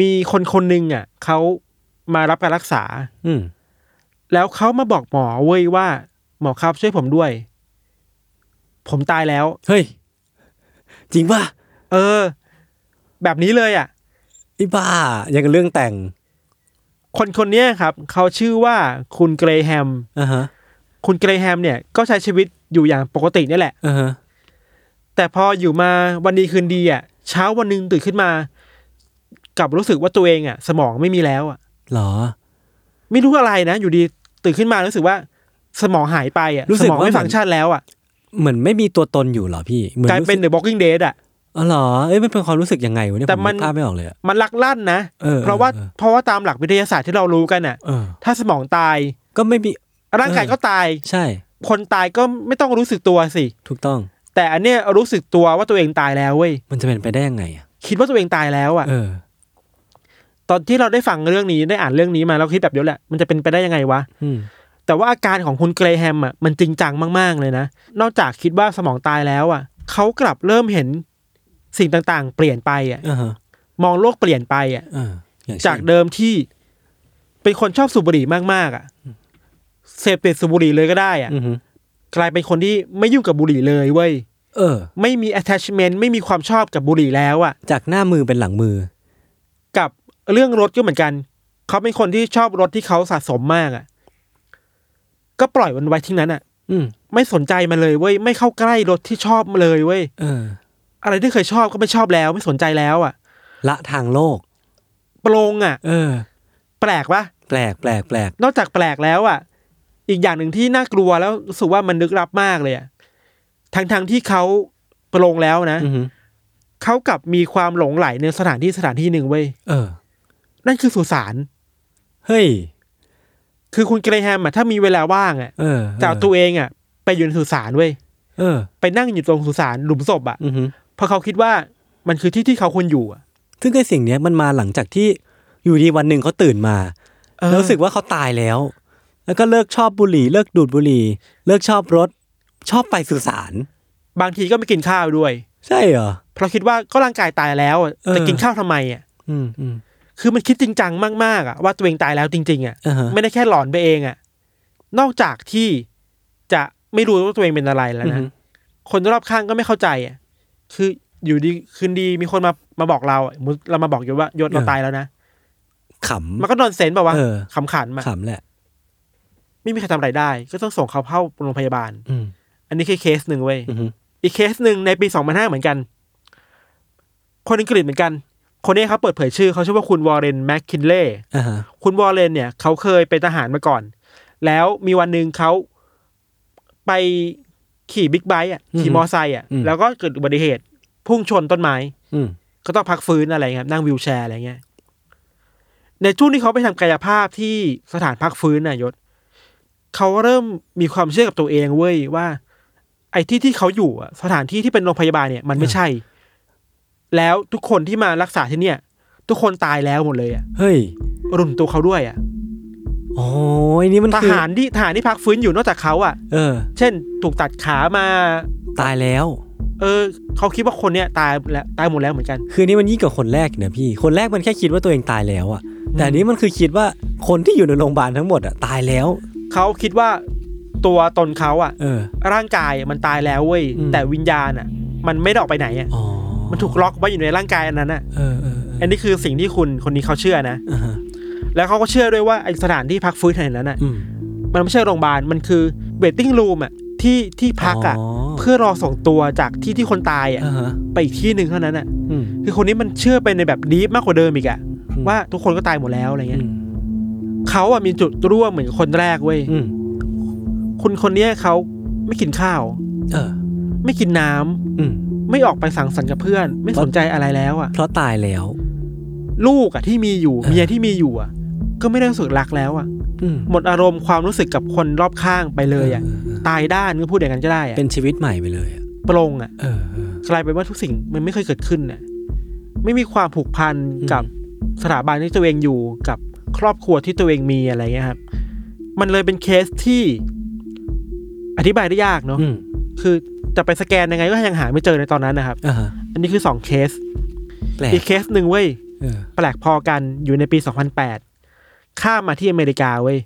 C: มีคนคนหนึ่งอะเขามารับการรักษา
B: อืม
C: แล้วเขามาบอกหมอเว้ยว่า หมอครับช่วยผมด้วย ผมตายแล้ว
B: เฮ้ย จริงป่ะ
C: เออ แบบนี้เลยอะ
B: ไอ้บ้า ยังกับเรื่องแต่ง
C: คนคนเนี้ยครับเขาชื่อว่าคุณเกรแฮม
B: อ่าฮะ
C: คุณเกรแฮมเนี่ย ก็ใช้ชีวิตอยู่อย่างปกตินี่แหละ
B: อ่าฮะ
C: แต่พออยู่มาวันดีคืนดีอ่ะเช้าวันหนึ่งตื่นขึ้นมากลับรู้สึกว่าตัวเองอ่ะ สมองไม่มีแล้วอ่ะ
B: เหรอ
C: ไม่รู้อะไรนะ อยู่ดีตื่นขึ้นมารู้สึกว่า สมองหายไปอ่ะ
B: รู้สึก
C: สมอง
B: ว่า
C: ไม่
B: มัน
C: ฟังก์ชันแล้วอ่ะ
B: เหมือนไม่มีตัวตนอยู่เหรอพี่หมือก
C: ลายเป็น
B: รู้สึ
C: The Walking Dead อ่ะ
B: อ๋อเหรอเอ้ยมันเป็นความรู้สึกยังไงวะเนี่ย
C: แต่
B: ผม
C: มัน
B: นึกภาพไม่ออกเลยอะ
C: มันลักลั่นนะ
B: ออ
C: เพราะว่า
B: ออ
C: เพราะว่าตามหลักวิทยาศาสตร์ที่เรารู้กันอ่ะ
B: เออ
C: ถ้าสมองตาย
B: ก็ไม่มี
C: ร่างกาย
B: เออ
C: ก็ตาย
B: ใช่
C: คนตายก็ไม่ต้องรู้สึกตัวสิ
B: ถูกต้อง
C: แต่อันเนี้ยรู้สึกตัวว่าตัวเองตายแล้วเว้ย
B: มันจะเป็นไปได้ยังไงอะ
C: คิดว่าตัวเองตายแล้วอ่ะ
B: เออ
C: ตอนที่เราได้ฟังเรื่องนี้ได้อ่านเรื่องนี้มาเราคิดแบบเดียวแหละมันจะเป็นไปได้ยังไงวะ
B: อืม
C: แต่ว่าอาการของคุณเกรแฮมอ่ะมันจริงจังมาก ๆ เลยนะ นอกจากคิดว่าสมองตายแล้วอ่ะเขากลับเริ่มเห็นสิ่งต่างๆ เปลี่ยนไปอ่ะ
B: อ่าฮะ
C: มองโลกเปลี่ยนไปอ่ะ
B: อ่าอย่างเช่น
C: จากเดิมที่เป็นคนชอบสูบบุหรี่มาก ๆ อ่ะเสพติดสูบบุหรี่เลยก็ได้อ่ะ
B: อือฮึ
C: กลายเป็นคนที่ไม่ยุ่งกับบุหรี่เลยเว้ย
B: เออ
C: ไม่มี attachment ไม่มีความชอบกับบุหรี่แล้วอ่ะ
B: จากหน้ามือเป็นหลังมือ
C: กับเรื่องรถก็เหมือนกัน เขาเป็นคนที่ชอบรถที่เขาสะสมมากอ่ะ ก็ปล่อยมันไว้ทิ้งนั้นอ่ะ
B: อืม
C: ไม่สนใจมันเลยเว้ยไม่เข้าใกล้รถที่ชอบมาเลยเว้ย
B: เออ
C: อะไรที่เคยชอบก็ไม่ชอบแล้ว ไม่สนใจแล้วอ่ะ
B: ละทางโลก
C: โปรงอ่ะ
B: เออ
C: แปลกปะ
B: แปลกแปลกแปลก
C: นอกจากแปลกแล้วอ่ะ อีกอย่างหนึ่งที่น่ากลัวแล้วรู้สึกว่ามันนึกลับมากเลยอ่ะทั้งทงๆที่เขาโปรงแล้วนะ
B: อือฮึ
C: เขากลับมีความหลงไหลในสถานที่สถานที่หนึ่งเว้ย
B: เออ
C: นั่นคือสุสาน
B: เฮ้ย
C: คือคุณเกรแฮมอ่ะถ้ามีเวลาว่างอ่ะ
B: เออ
C: จะเอาตัวเองอ่ะ ไปอยู่ในสุสานเว้ย
B: เออ
C: ไปนั่งอยู่ตรงสุสานหลุมศพอ่ะ
B: อือฮึ
C: เพราะเขาคิดว่ามันคือที่ที่เขาควรอยู่อ่ะ
B: ซึ่งไอ้สิ่งเนี้ยมันมาหลังจากที่อยู่ดีวันหนึ่งเขาตื่นมา
C: เออ
B: แล้วรู้สึกว่าเขาตายแล้ว แล้วก็เลิกชอบบุหรี่ เลิกดูดบุหรี่ เลิกชอบรถ ชอบไปสื่อสาร
C: บางทีก็ไม่กินข้าวด้วย
B: ใช่เหรอ
C: เพราะคิดว่าก็ร่างกายตายแล้วอะ
B: เออ
C: แต่กินข้าวทำไมอ่ะ
B: อืมอืม
C: คือมันคิดจริงจังมากๆอ่ะว่าตัวเองตายแล้วจริงๆอ่ะ
B: อ่าฮะ
C: ไม่ได้แค่หลอนไปเองอ่ะนอกจากที่จะไม่รู้ว่าตัวเองเป็นอะไรแล้วนะคนรอบข้างก็ไม่เข้าใจอ่ะคืออยู่ดีคืนดีมีคนมามาบอกเราอะสมมุติเรามาบอกยศว่ายศเราตายแล้วนะ
B: ขำ
C: มันก็นอนเซนแบบว่า
B: เออ
C: ขำขันมา
B: ขำแหละ
C: ไม่มีใครทำอะไรได้ ก็ต้องส่งเขาเข้าโรงพยาบาล
B: อืม
C: อันนี้คือเคสหนึ่งเว้ย
B: อืม
C: อีกเคสหนึ่งในปี 2005 เหมือนกัน คนอังกฤษเหมือนกัน คนนี้เขาเปิดเผยชื่อเขาชื่อว่าคุณวอร์เรนแมคคินเล่
B: อ่าฮะ
C: คุณวอร์เรนเนี่ยเขาเคยเป็นทหารมาก่อน แล้วมีวันหนึ่งเขาไปขี่บิ๊กไบค์อ่ะขี่มอไซค์อ่ะ แล้วก็เกิดอุบัติเหตุ พุ่งชนต้นไม้
B: อืม
C: ก็ต้องพักฟื้นอะไรเงี้ยนั่งวิวแชร์อะไรเงี้ย ในช่วงที่เขาไปทำกายภาพที่สถานพักฟื้นน่ะยศเขาเริ่มมีความเชื่อกับตัวเองเว้ยว่า ไอ้ที่ที่เขาอยู่อะสถานที่ที่เป็นโรงพยาบาลเนี่ย มันไม่ใช่ แล้วทุกคนที่มารักษาที่เนี่ย ทุกคนตายแล้วหมดเลยอะ
B: เฮ้ย
C: รุมตัวเขาด้วยอะ
B: โอ้ยนี่มัน
C: ท
B: คือ
C: หารที่ทหารที่พักฟื้นอยู่นอกจากเขาอะ
B: เออ
C: เช่น ถูกตัดขามา
B: ตายแล้ว
C: เออเขาคิดว่าคนเนี้ยตายแล้วตายหมดแล้วเหมือนกัน
B: คือนี่มันยิ่งกว่าคนแรกอีกนะพี่ คนแรกมันแค่คิดว่าตัวเองตายแล้วอะแต่อันนี้มันคือคิดว่าคนที่อยู่ในโรงพยาบาลทั้งหมดอะตายแล้ว
C: เขาคิดว่าตัวตนเขาอะ
B: เออ
C: ร่างกายมันตายแล้วเว้ย
B: อืม
C: แต่วิญญาณอ่ะ มันไม่ได้ออกไปไหนอ่ะ
B: อ๋อ
C: มันถูกล็อกไว้อยู่ในร่างกายอันนั้นอ่ะ
B: เออเออเออ
C: อันนี้คือสิ่งที่คุณคนนี้เขาเชื่อนะ
B: อ่าฮะ
C: แล้วเขาก็เชื่อด้วยว่าไอสถานที่พักฟื้นแห่งนั้นอ่ะ
B: อืม
C: มันไม่ใช่โรงพยาบาลมันคือเวทติ้งรูมอ่ะที่ที่พักอ่ะ
B: อ๋อ
C: เพื่อรอส่งตัวจากที่ที่คนตายอ่ะ
B: อ่าฮะ
C: ไปอีกที่หนึ่งเท่านั้นอ่ะ
B: อืม
C: คือคนนี้มันเชื่อไปในแบบดีฟมากกว่าเดิมอีกอ่ะ
B: อืม
C: ว่าทุกคนก็ตายหมดแล้วอะไร
B: อื
C: เงี้ย
B: ม
C: เขาอ่ะมีจุดร่วมเหมือนคนแรกเว้ย
B: อืม
C: คนคนเนี้ยเขาไม่กินข้าว
B: เออ
C: ไม่กินน้ำ
B: อืม
C: ไม่ออกไปสังสรรค์กับเพื่อน ไม่สนใจอะไรแล้วอ่ะ
B: เพราะตายแล้ว
C: ลูกอ่ะที่มีอยู่
B: เออ
C: เมียที่มีอยู่อ่ะ ก็ไม่ได้รู้สึกรักแล้วอ่ะ
B: อืม
C: หมดอารมณ์ความรู้สึกกับคนรอบข้างไปเลยอ่ะ ตายด้านก็พูดอย่างนั้นก็ได้อะ
B: เป็นชีวิตใหม่ไปเลยอะ
C: ปลงอ่ะ
B: เออเออ
C: กลายเป็นว่าทุกสิ่งมันไม่เคยเกิดขึ้นน่ะไม่มีความผูกพันกับสถาบันที่ตัวเองอยู่กับครอบครัวที่ตัวเองมีอะไรเงี้ยครับ มันเลยเป็นเคสที่ อธิบายได้ยากเนาะ
B: อืม
C: คือจะไปสแกนยังไงก็ยังหาไม่เจอในตอนนั้นนะครับ
B: อ่าฮะ
C: อันนี้คือสองเคส
B: แปลก
C: อีกเคสหนึ่งเว้ย
B: เออ
C: แปลกพอกันอยู่ในปี 2008 ข้ามมาที่อเมริกาเว้ย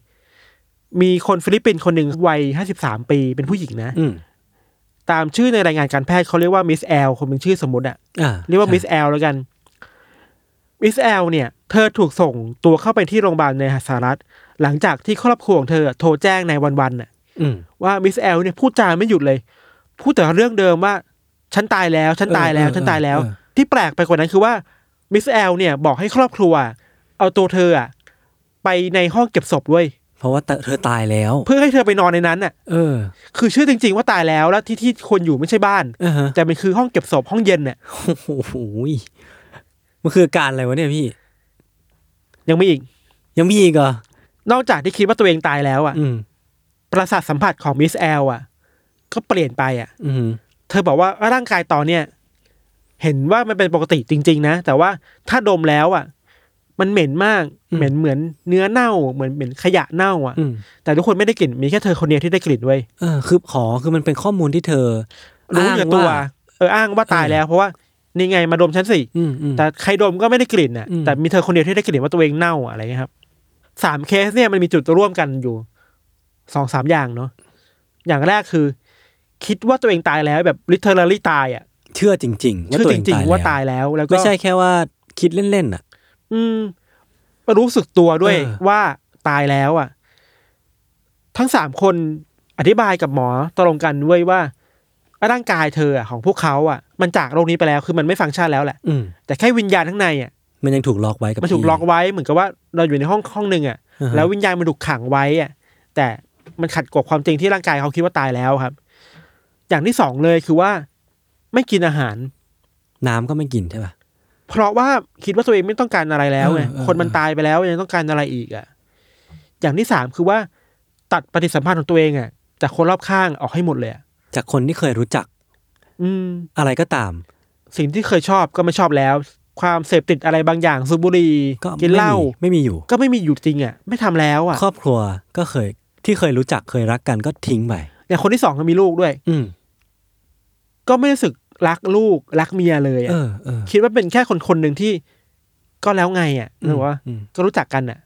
C: มีคนฟิลิปปินส์คนหนึ่งวัย 53 ปีเป็นผู้หญิงนะ
B: อืม
C: ตามชื่อในรายงานการแพทย์เขาเรียกว่ามิสแอลคนเป็นชื่อสมมติอะ
B: อ่า
C: เรียกว่ามิสแอลแล้วกัน มิสแอลเนี่ย เธอถูกส่งตัวเข้าไปที่โรงพยาบาลในสหรัฐ หลังจากที่ครอบครัวของเธอโทรแจ้งในวันวันๆน่ะ
B: อืม
C: ว่ามิสแอลเนี่ยพูดจาไม่หยุดเลย พูดแต่เรื่องเดิมว่า ฉันตายแล้วฉันตายแล้ว
B: เออเออ
C: ฉันตายแล้ว
B: เออ
C: ที่แปลกไปกว่านั้นคือว่ามิสแอลเนี่ยบอกให้ครอบครัว เอาตัวเธออะไปในห้องเก็บศพด้วย
B: เพราะว่าเธอตายแล้ว
C: เพื่อให้เธอไปนอนในนั้นน่ะ
B: เออ
C: คือเชื่อจริง ๆ ว่าตายแล้วแล้วที่ที่คนอยู่ไม่ใช่บ้าน
B: อ่าฮะ
C: แต่มันคือห้องเก็บศพห้องเย็นเนี่ย
B: โอ้โหยมันคือการอะไรวะเนี่ยพี่
C: ยังมีอีก
B: ยังมีอีกเหรอน
C: อกจากที่คิดว่าตัวเองตายแล้วอะ
B: อืม
C: ประสาทสัมผัสของมิสแอลอะก็เปลี่ยนไปอะ
B: อืม
C: เธอบอกว่าร่างกายตอนเนี่ยเห็นว่ามันเป็นปกติจริง ๆ นะ แต่ว่าถ้าดมแล้วอ่ะ มันเหม็นมาก
B: อืม
C: เหม็นเหมือนเนื้อเน่าเหมือนเหม็นขยะเน่าอ่ะ
B: อืม
C: แต่ทุกคนไม่ได้กลิ่นมีแค่เธอคนเดียวที่ได้กลิ่นไว้ย
B: เออคือขอคือมันเป็นข้อมูลที่เธอ
C: รู้อยู่กับตัว
B: อ้างา
C: เอออ้างว่าตายแล้ว เพราะว่านี่ไงมาดมฉันสิ
B: อืมอืม
C: แต่ใครดมก็ไม่ได้กลิ่นอ่ะ
B: อืม
C: แต่มีเธอคนเดียวที่ได้กลิ่นว่าตัวเองเน่าอะอะไรเงี้ยครับสามเคสเนี่ยมันมีจุดร่วมกันอยู่สองสามอย่างเนาะอย่างแรกคือ คิดว่าตัวเองตายแล้วแบบ literally ตายอ่ะ
B: เชื่อจริง ๆ ว่า
C: เชื่อ
B: ตัว
C: จ
B: เอง
C: ริง ๆ ว่าตา
B: ตาย ย
C: แล้วแล้ว
B: แล้ว
C: ก็
B: ไม่ใช่แค่ว่าคิดเล่น ๆ อ่ะ
C: อืมรู้สึกตัวด้วย
B: เออ
C: ว่าตายแล้วอ่ะ ทั้งสามคนอธิบายกับหมอตรงกันเว้ยว่าร่างกายเธออะของพวกเขาอ่ะ มันจากโลกนี้ไปแล้วคือมันไม่ฟังก์ชันแล้วแหละ
B: อืม
C: แต่แค่วิญญาณข้างในอ่ะ
B: มันยังถูกล็อกไว้กับ
C: มันถูก
B: ที่
C: ล็อกไว้เหมือนกับว่าเราอยู่ในห้องห้องหนึ่งอ่ะ
B: อ่าฮะ
C: แล้ววิญญาณมันถูกขังไว้อ่ะ แต่มันขัดกับความจริงที่ร่างกายเขาคิดว่าตายแล้วครับ อย่างที่สองเลยคือว่า ไม่กินอาหาร
B: น้ำก็ไม่กินใช่ป่ะ
C: เพราะว่าคิดว่าตัวเองไม่ต้องการอะไรแล้วไง
B: เออเออ
C: คนมันตายไปแล้วยังต้องการอะไรอีกอ่ะ อย่างที่สามคือว่า ตัดปฏิสัมพันธ์ของตัวเองอ่ะจากคนรอบข้างออกให้หมดเลยอะ
B: จากคนที่เคยรู้จัก
C: อืม
B: อะไรก็ตาม
C: สิ่งที่เคยชอบก็ไม่ชอบแล้ว ความเสพติดอะไรบางอย่างสูบบุหรี่
B: ก็
C: กินเหล้า
B: ไม่มีไม่มีอยู่
C: ก็ไม่มีอยู่จริงอ่ะ ไม่ทำแล้วอ่ะ
B: ครอบครัวก็เคย ที่เคยรู้จักเคยรักกันก็ทิ้งไป
C: อย่างคนที่สองก็มีลูกด้วย
B: อืม
C: ก็ไม่รู้สึกรักลูกรักเมียเลยอะ
B: เออเออ
C: คิดว่าเป็นแค่คนคนหนึ่งที่ก็แล้วไงอ่ะ
B: อืม
C: หรือว่า
B: อืม
C: ก็รู้จักกันอ่ะ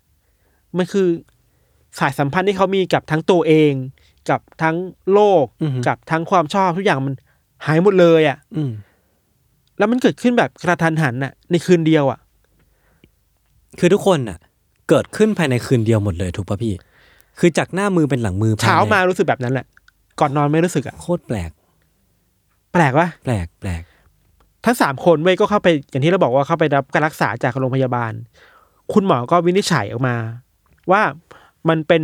C: มันคือสายสัมพันธ์ที่เขามีกับทั้งตัวเอง กับทั้งโลก
B: อืม
C: กับทั้งความชอบทุกอย่างมันหายหมดเลยอ่ะ
B: อืม
C: แล้วมันเกิดขึ้นแบบกระทันหันอ่ะ ในคืนเดียวอ่ะ
B: คือทุกคนอ่ะ เกิดขึ้นภายในคืนเดียวหมดเลยถูกป่ะพี่ คือจากหน้ามือเป็นหลังมือภยใน
C: เช้ามารู้สึกแบบนั้นแหละ ก่อนนอนไม่รู้สึกอ่ะ
B: โคตรแปลก
C: แปลกวะ
B: แปลกแปลก
C: ทั้งสามคนเว้ยก็เข้าไปอย่างที่เราบอกว่าเข้าไปรับการรักษาจากโรงพยาบาล คุณหมอก็วินิจฉัยออกมา ว่ามันเป็น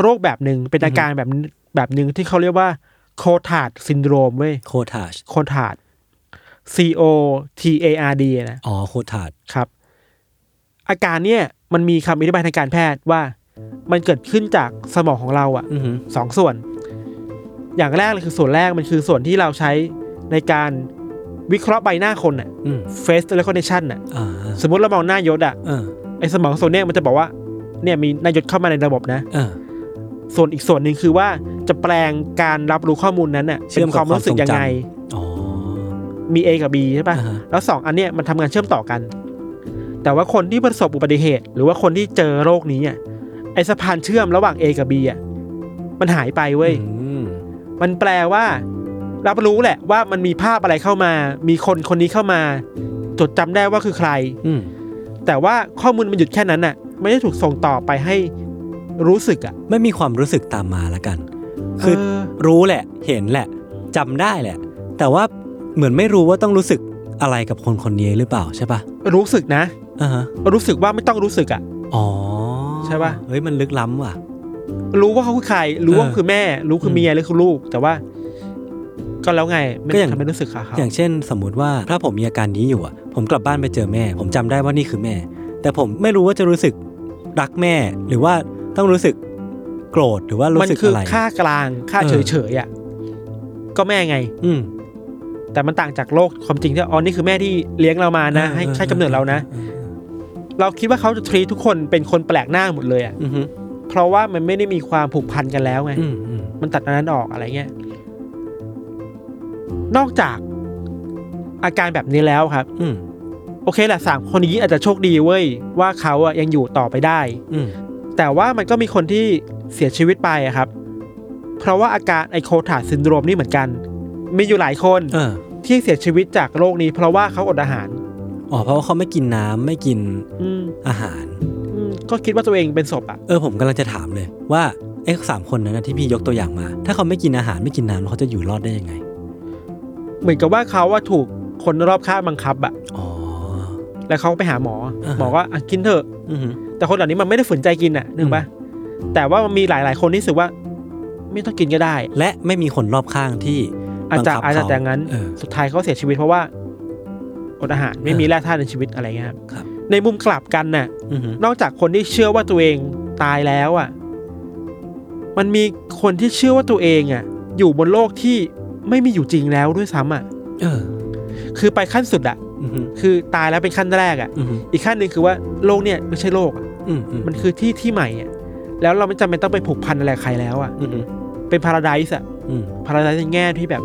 C: โรคแบบหนึ่งเป็นอาการแบบแบบหนึ่งที่เขาเรียกว่าโคทาร์ดซินโดรมเว้ย
B: โคทาช
C: โคทาร์ด C O T A R D นะ
B: อ๋อ โคทาช
C: ครับ อาการเนี่ยมันมีคำอธิบายทางการแพทย์ว่า มันเกิดขึ้นจากสมองของเราอ่ะ
B: อือหือ
C: สองส่วน อย่างแรกเลยคือส่วนแรกมันคือส่วนที่เราใช้ในการวิเคราะห์ใบหน้าคนน่ะ
B: อืม
C: face recognition น่ะ
B: อ่า
C: สมมติเรามองหน้ายศอ่ะ
B: เออ
C: ไอสมองส่วนเนี้ยมันจะบอกว่า เนี่ยมีนายศเข้ามาในระบบนะ
B: เออ
C: ส่วนอีกส่วนหนึ่งคือว่าจะแปลงการรับรู้ข้อมูลนั้นน่ะ
B: เชื่
C: เป็
B: อมกับ
C: นความรู้สึกยังไง
B: ความทรง อ๋อ
C: มี A กับ B ใช่ปะ
B: อ่าฮะ
C: แล้วสองอันเนี้ยมันทำงานเชื่อมต่อกัน แต่ว่าคนที่ประสบอุบัติเหตุ หรือว่าคนที่เจอโรคนี้อ่ะไอสะพานเชื่อมระหว่าง A กับ B อ่ะมันหายไปเว้ย
B: อืม
C: มันแปลว่า รับรู้แหละว่ามันมีภาพอะไรเข้ามา มีคนคนนี้เข้ามา จดจำได้ว่าคือใคร
B: อืม
C: แต่ว่าข้อมูลมันหยุดแค่นั้นน่ะ ไม่ได้ถูกส่งต่อไปให้รู้สึกอ่ะ
B: ไม่มีความรู้สึกตามมาละกัน คือ
C: เ
B: รู้แหละ เห็นแหละ จำได้แหละ แต่ว่าเหมือนไม่รู้ว่าต้องรู้สึกอะไรกับคนคนนี้หรือเปล่าใช่ปะ
C: รู้สึกนะ
B: อ่าฮะ
C: รู้สึกว่าไม่ต้องรู้สึกอ่ะ
B: อ๋อ
C: ใช่ปะ
B: เฮ้ย มันลึกล้ำว่ะ
C: รู้ว่าเขาคือใคร รู้ว่า
B: เออ
C: คือแม่ รู้คือเมียหรือคือลูก แต่ว่า ก็แล้วไงไม่
B: ก็อย่าง
C: ทำไมรู้สึกค่ะเขา
B: อย่างเช่น สมมุติว่าถ้าผมมีอาการนี้อยู่อะผมกลับบ้านไปเจอแม่ ผมจำได้ว่านี่คือแม่ แต่ผมไม่รู้ว่าจะรู้สึกรักแม่ หรือว่าต้องรู้สึกโกรธหรือว่ารู้
C: มัน
B: สึก
C: คือ
B: อะไร
C: ค่ากลางค่า
B: เอ
C: เฉย
B: อ
C: เฉยๆอ่ะก็แม่ไง
B: อืม
C: แต่มันต่างจากโลกความจริงที่อ๋อนี่คือแม่ที่เลี้ยงเรามานะ ให้ให้กำเนิดเรานะ เราคิดว่าเขาจะทรีทุกคนเป็นคนแปลกหน้าหมดเลยอะ
B: อือฮึ
C: เพราะว่ามันไม่ได้มีความผูกพันกันแล้วไง
B: อืมอืม
C: มันตัดอันนั้นออกอะไรเงี้ย นอกจากอาการแบบนี้แล้วครับ
B: อืม
C: โอเคแหละสามคนนี้อาจจะโชคดีเว้ย ว่าเขาอะยังอยู่ต่อไปได้
B: อืม
C: แต่ว่ามันก็มีคนที่เสียชีวิตไปอะครับ เพราะว่าอาการไอโคทาร์ดซินโดรมนี่เหมือนกัน มีอยู่หลายคน
B: เออ
C: ที่เสียชีวิตจากโรคนี้ เพราะว่าเขาอดอาหาร
B: อ๋อเพราะว่าเขาไม่กินน้ำไม่กิน
C: อืม
B: อาหาร
C: อืมก็คิดว่าตัวเองเป็นศพอะ
B: เออผมกำลังจะถามเลย ว่าไอ้สามคนนั้นนะที่พี่ยกตัวอย่างมา ถ้าเขาไม่กินอาหารไม่กินน้ำแล้วเขาจะอยู่รอดได้ยังไง
C: เหมือนกับว่าเขาว่าถูกคนรอบข้างบังคับอะ
B: อ๋อ
C: แล้วเขาไปหาหมอ
B: อ่าฮะ
C: หมอก็อ่ะกินเถอะ
B: อือฮึ
C: แต่คนเหล่านี้มันไม่ได้ฝืนใจกินอะนึกปะแต่ว่ามันมีหลาย ๆ คนที่รู้สึกว่า ไม่ต้องกินก็ได้
B: และไม่มีคนรอบข้างที่
C: อาจจะ
B: บัคับ
C: อาจจะ
B: เข
C: แต่งั้น
B: เออ
C: สุดท้ายเขาเสียชีวิตเพราะว่าอดอาหารไม่มีแร่ธาตุในชีวิตอะไรเงี้ยครับ
B: ครับ
C: ในมุมกลับกันน่ะ
B: อือฮึ
C: นอกจากคนที่เชื่อว่าตัวเองตายแล้วอะมันมีคนที่เชื่อว่าตัวเองอะอยู่บนโลกที่ไม่มีอยู่จริงแล้วด้วยซ้ำอะ
B: เออ
C: คือไปขั้นสุดอะ
B: อือฮึ
C: คือตายแล้วเป็นขั้นแรกอะ
B: อือฮึ
C: อีกขั้นหนึ่งคือว่าโลกเนี่ยไม่ใช่โลกอะ
B: อือฮึ
C: มันคือที่ที่ใหม่อะแล้วเราไม่จำเป็นต้องไปผูกพันอะไรกับใครแล้วอ่ะ
B: อือฮึ
C: เป็นพาราไดส์อะ
B: อืม
C: พาราไดส์ในแง่ที่แบบ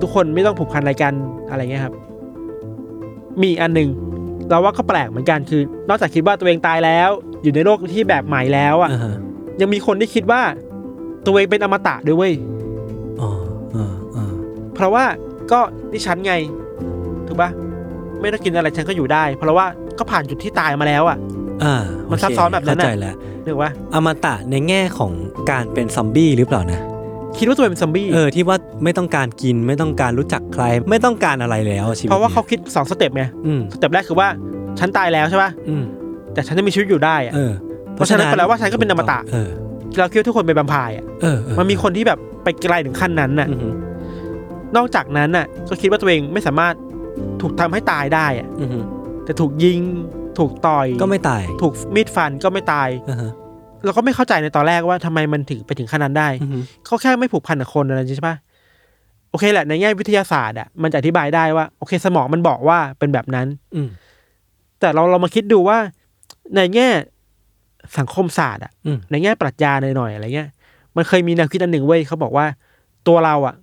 C: ทุกคนไม่ต้องผูกพันอะไรกันอะไรเงี้ยครับ มีอีกอันหนึ่งเราว่าก็แปลกเหมือนกันคือ นอกจากคิดว่าตัวเองตายแล้ว อยู่ในโลกที่แบบใหม่แล้วอ่ะ
B: อ่าฮะ
C: ยังมีคนที่คิดว่า ตัวเองเป็นอมตะด้วยเว้ย
B: อ๋ออ่าอ่า
C: เพราะว่าก็นี่ฉันไง ถูกปะไม่ต้องกินอะไรฉันก็อยู่ได้ เพราะว่าก็ผ่านจุดที่ตายมาแล้วอ่ะ
B: อ่า
C: มั
B: มัน
C: ซับซ้อนแบบนั้นน่ะ
B: เข้าใจแล้ว
C: นึกว่า
B: อมตะในแง่ของการเป็นซอมบี้หรือเปล่านะ
C: คิดว่าตัวเองเป็นซอมบี้
B: เออที่ว่าไม่ต้องการกินไม่ต้องการรู้จักใคร ไม่ต้องการอะไรแล้วชีวิต
C: เพราะว่า
B: นี่ย
C: เขาคิดสองสเต็ปไง
B: อืม
C: สเต็ปแรกคือว่าฉันตายแล้วใช่ป่ะ
B: อืม
C: แต่ฉันจะมีชีวิตอยู่ได้อะ
B: เออ
C: เพราะฉะนั้นแปลว่าฉันก็เป็นอมตะ
B: เออ
C: เราคิดว่าทุกคนเป็นแวมไพร์อะ
B: เออเออ
C: มันมีคนที่แบบไปไกลถึงขั้นนั้นน่ะ
B: อือฮึ
C: นอกจากนั้นน่ะ ก็คิดว่าตัวเองไม่สามารถถูกทำให้ตายได้อะ
B: อือฮึ
C: แต่ถูกยิง ถูกต่อย
B: ก็ไม่ตาย
C: ถูกมีดฟันก็ไม่ตาย
B: อ่าฮะ
C: เราก็ไม่เข้าใจในตอนแรกว่าทำไมมันถึงไปถึงขั้นนั้นได้
B: อือฮึ
C: เขาแค่ไม่ผูกพันกับคนอะไรใช่ป่ะโอเคแหละในแง่วิทยาศาสตร์อ่ะมันจะอธิบายได้ว่าโอเค สมองมันบอกว่าเป็นแบบนั้น
B: อืม
C: แต่เราเรามาคิดดูว่าในแง่สังคมศาสตร์อะ
B: อืม
C: ในแง่ปรัชญาหน่อยๆอะไรเงี้ย มันเคยมีแนวคิดอันหนึ่งเว้ยเขาบอกว่า ตัวเราอ่ะ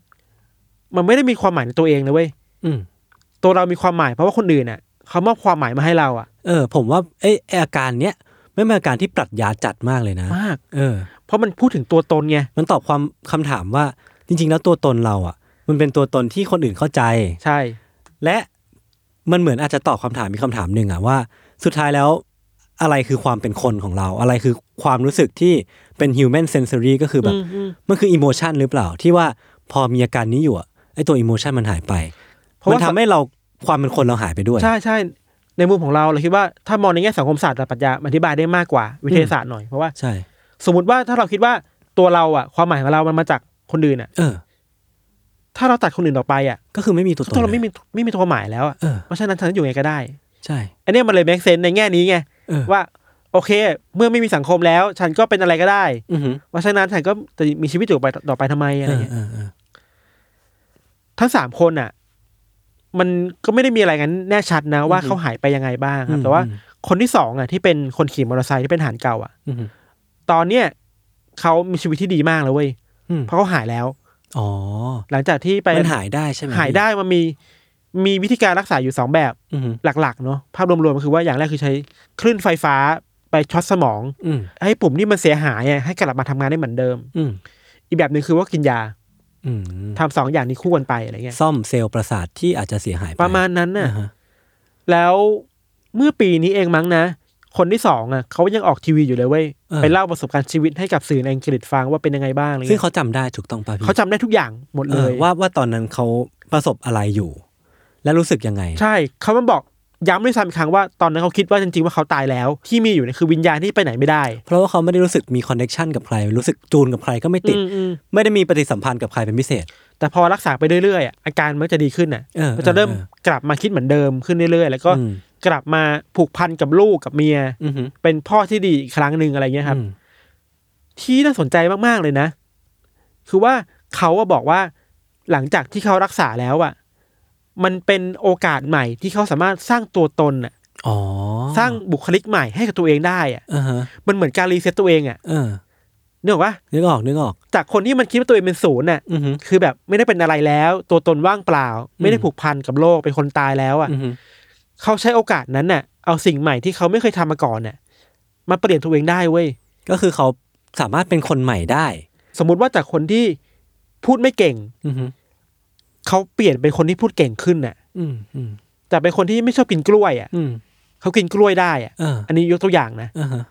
C: มันไม่ได้มีความหมายในตัวเองนะเว้ย
B: อืม
C: ตัวเรามีความหมายเพราะว่าคนอื่นอ่ะเขามอบความหมายมาให้เราอ่ะ
B: เออ ผมว่าไอ้ไอ้อาการเนี้ยไม่เป็นอาการที่ปรัชญาจัดมากเลยนะ
C: มาก
B: เออ
C: เพราะมันพูดถึงตัวตนไง
B: มันตอบความคำถามว่าจริง ๆ แล้วตัวตนเราอ่ะ มันเป็นตัวตนที่คนอื่นเข้าใจ
C: ใช่
B: และมันเหมือนอาจจะตอบคำถามมีกคำถามหนึ่งอะว่า สุดท้ายแล้วอะไรคือความเป็นคนของเรา อะไรคือความรู้สึกที่เป็น human sensory ก็คือแบบ
C: อืมอืม
B: มันคือ emotion หรือเปล่า ที่ว่าพอมีอาการนี้อยู่อะไอตัว emotion มันหายไป
C: เพราะ
B: มัน
C: ว่า
B: ทำให้เราความเป็นคนเราหายไปด้วย
C: ใช่ใช่ในมุมของเราเราคิดว่าถ้ามองในแง่สังคมศาสตร์กับปรัชญาอธิบายได้มากกว่าวิทยาศาสตร์หน่อยเพราะว่า
B: ใช่
C: สมมติว่าถ้าเราคิดว่าตัวเราอ่ะ ความหมายของเรามันมาจากคนอื่นอ่ะ
B: เออ
C: ถ้าเราตัดคนอื่นออกไปอ่ะ
B: ก็คือไม่มีตัวตน
C: ถ้าเราไม่มี
B: ลย
C: ไม่มีตัวหมายแล้วอ่ะ
B: เออ
C: เพราะฉะนั้นฉันอยู่ไงก็ได้
B: ใช่
C: อันเนี้ยมันเลยแม็กเซนในแง่นี้ไง
B: เออ
C: ว่า โอเค เมื่อไม่มีสังคมแล้ว ฉันก็เป็นอะไรก็ได้
B: อือหือ
C: เพราะฉะนั้นฉันก็จะมีชีวิตอยู่ไปต่อไปทำไมอะไรเงี้ย
B: เออเออเออ
C: ทั้งสามคนอ่ะ มันก็ไม่ได้มีอะไรกันแน่ชัดนะว่าเขาหายไปยังไงบ้างครับแต่ว่าคนที่สองอ่ะที่เป็นคนขี่มอเตอร์ไซค์ที่เป็นทหารเก่าอ่ะ
B: อือหือ
C: ตอนเนี้ยเขามีชีวิตที่ดีมากเลยเว้ย
B: อืม
C: เพราะเขาหายแล้ว
B: อ๋อ
C: หลังจากที่ไป
B: มันหายได้ใช่ไหม
C: หายได้มันมีมีวิธีการรักษาอยู่สองแบบ
B: อือหือ
C: หลักๆเนาะภาพรวมๆก็คือว่าอย่างแรกคือใช้คลื่นไฟฟ้าไปช็อตสมอง
B: อืม
C: ให้ปุ่มที่มันเสียหายอะให้กลับมาทำงานได้เหมือนเดิม
B: อืม
C: อีกแบบหนึ่งคือว่ากินยา
B: อืม
C: ทำสองอย่างนี้คู่กันไปอะไรเงี้ย
B: ซ่อมเซลล์ประสาทที่อาจจะเสียหายไป
C: ประมาณนั้นน่ะ
B: อ่าฮะ
C: แล้วเมื่อปีนี้เองมั้งนะ คนที่สองอ่ะเขายังออกทีวีอยู่เลยเว้ย
B: เออ
C: ไปเล่าประสบการณ์ชีวิตให้กับสื่อในอังกฤษฟังว่าเป็นยังไงบ้างอะไร
B: ซึ่ง
C: เงี้ย
B: เขาจำได้ถูกต้องป่ะพี่
C: เขาจำได้ทุกอย่างหมด
B: เอ
C: เล
B: อย ว่าว่าตอนนั้นเขาประสบอะไรอยู่ และรู้สึกยังไง
C: ใช่เขามันบอกย้ำด้วยซ้ำอีกครั้งว่าตอนนั้นเขาคิดว่าจริงๆว่าเขาตายแล้ว ที่มีอยู่เนี่ยคือวิญญาณที่ไปไหนไม่ได้
B: เพราะว่าเขาไม่ได้รู้สึกมีคอนเน็ชันกับใคร รู้สึกจูนกับใครก็ไม่ติด
C: อืมอืม
B: ไม่ได้มีปฏิสัมพันธ์กับใครเป็นพิเศษ
C: แต่พอรักษาไปเรื่อยๆอ่ะอาการมันก็จะดีขึ้นอ่ะ
B: เออ
C: มันจะเริ่ม
B: เออเออก
C: ลับมาคิดเหมือนเดิมขึ้นเรื่อยๆ แล้วก็
B: อืม
C: กลับมาผูกพันกับลูกกับเมีย
B: อือหือ
C: เป็นพ่อที่ดีอีกครั้งหนึ่งอะไรเงี้ยครับ
B: อืม
C: ที่น่าสนใจมากๆเลยนะ คือว่าเขาอะบอกว่าหลังจากที่เขารักษาแล้วอ่ะ มันเป็นโอกาสใหม่ที่เขาสามารถสร้างตัวตนอ่ะ
B: อ๋อ
C: สร้างบุคลิกใหม่ให้กับตัวเองได้อ่ะ
B: อ่าฮะ
C: มันเหมือนการรีเซ็ตตัวเองอ่ะ
B: เออ
C: นึกออกปะ
B: นึกออกนึกออก
C: จากคนที่มันคิดว่าตัวเองเป็นศูนย์น่ะ
B: อือหือ
C: คือแบบไม่ได้เป็นอะไรแล้ว ตัวตนว่างเปล่า ไม่ได้
B: อืม
C: ผูกพันกับโลกเป็นคนตายแล้วอ่ะ
B: อือหือ
C: เขาใช้โอกาสนั้นน่ะ เอาสิ่งใหม่ที่เขาไม่เคยทำมาก่อนน่ะมาเปลี่ยนตัวเองได้เว้ย
B: ก็คือเขาสามารถเป็นคนใหม่ได้
C: สมมุติว่าจากคนที่พูดไม่เก่ง
B: อือหือ
C: เขาเปลี่ยนเป็นคนที่พูดเก่งขึ้นน่ะ
B: อืมอืม
C: แต่เป็นคนที่ไม่ชอบกินกล้วยอ่ะ
B: อืม
C: เขากินกล้วยได้อ่ะ
B: เออ
C: อันนี้ยกตัวอย่างนะ
B: อ่าฮะ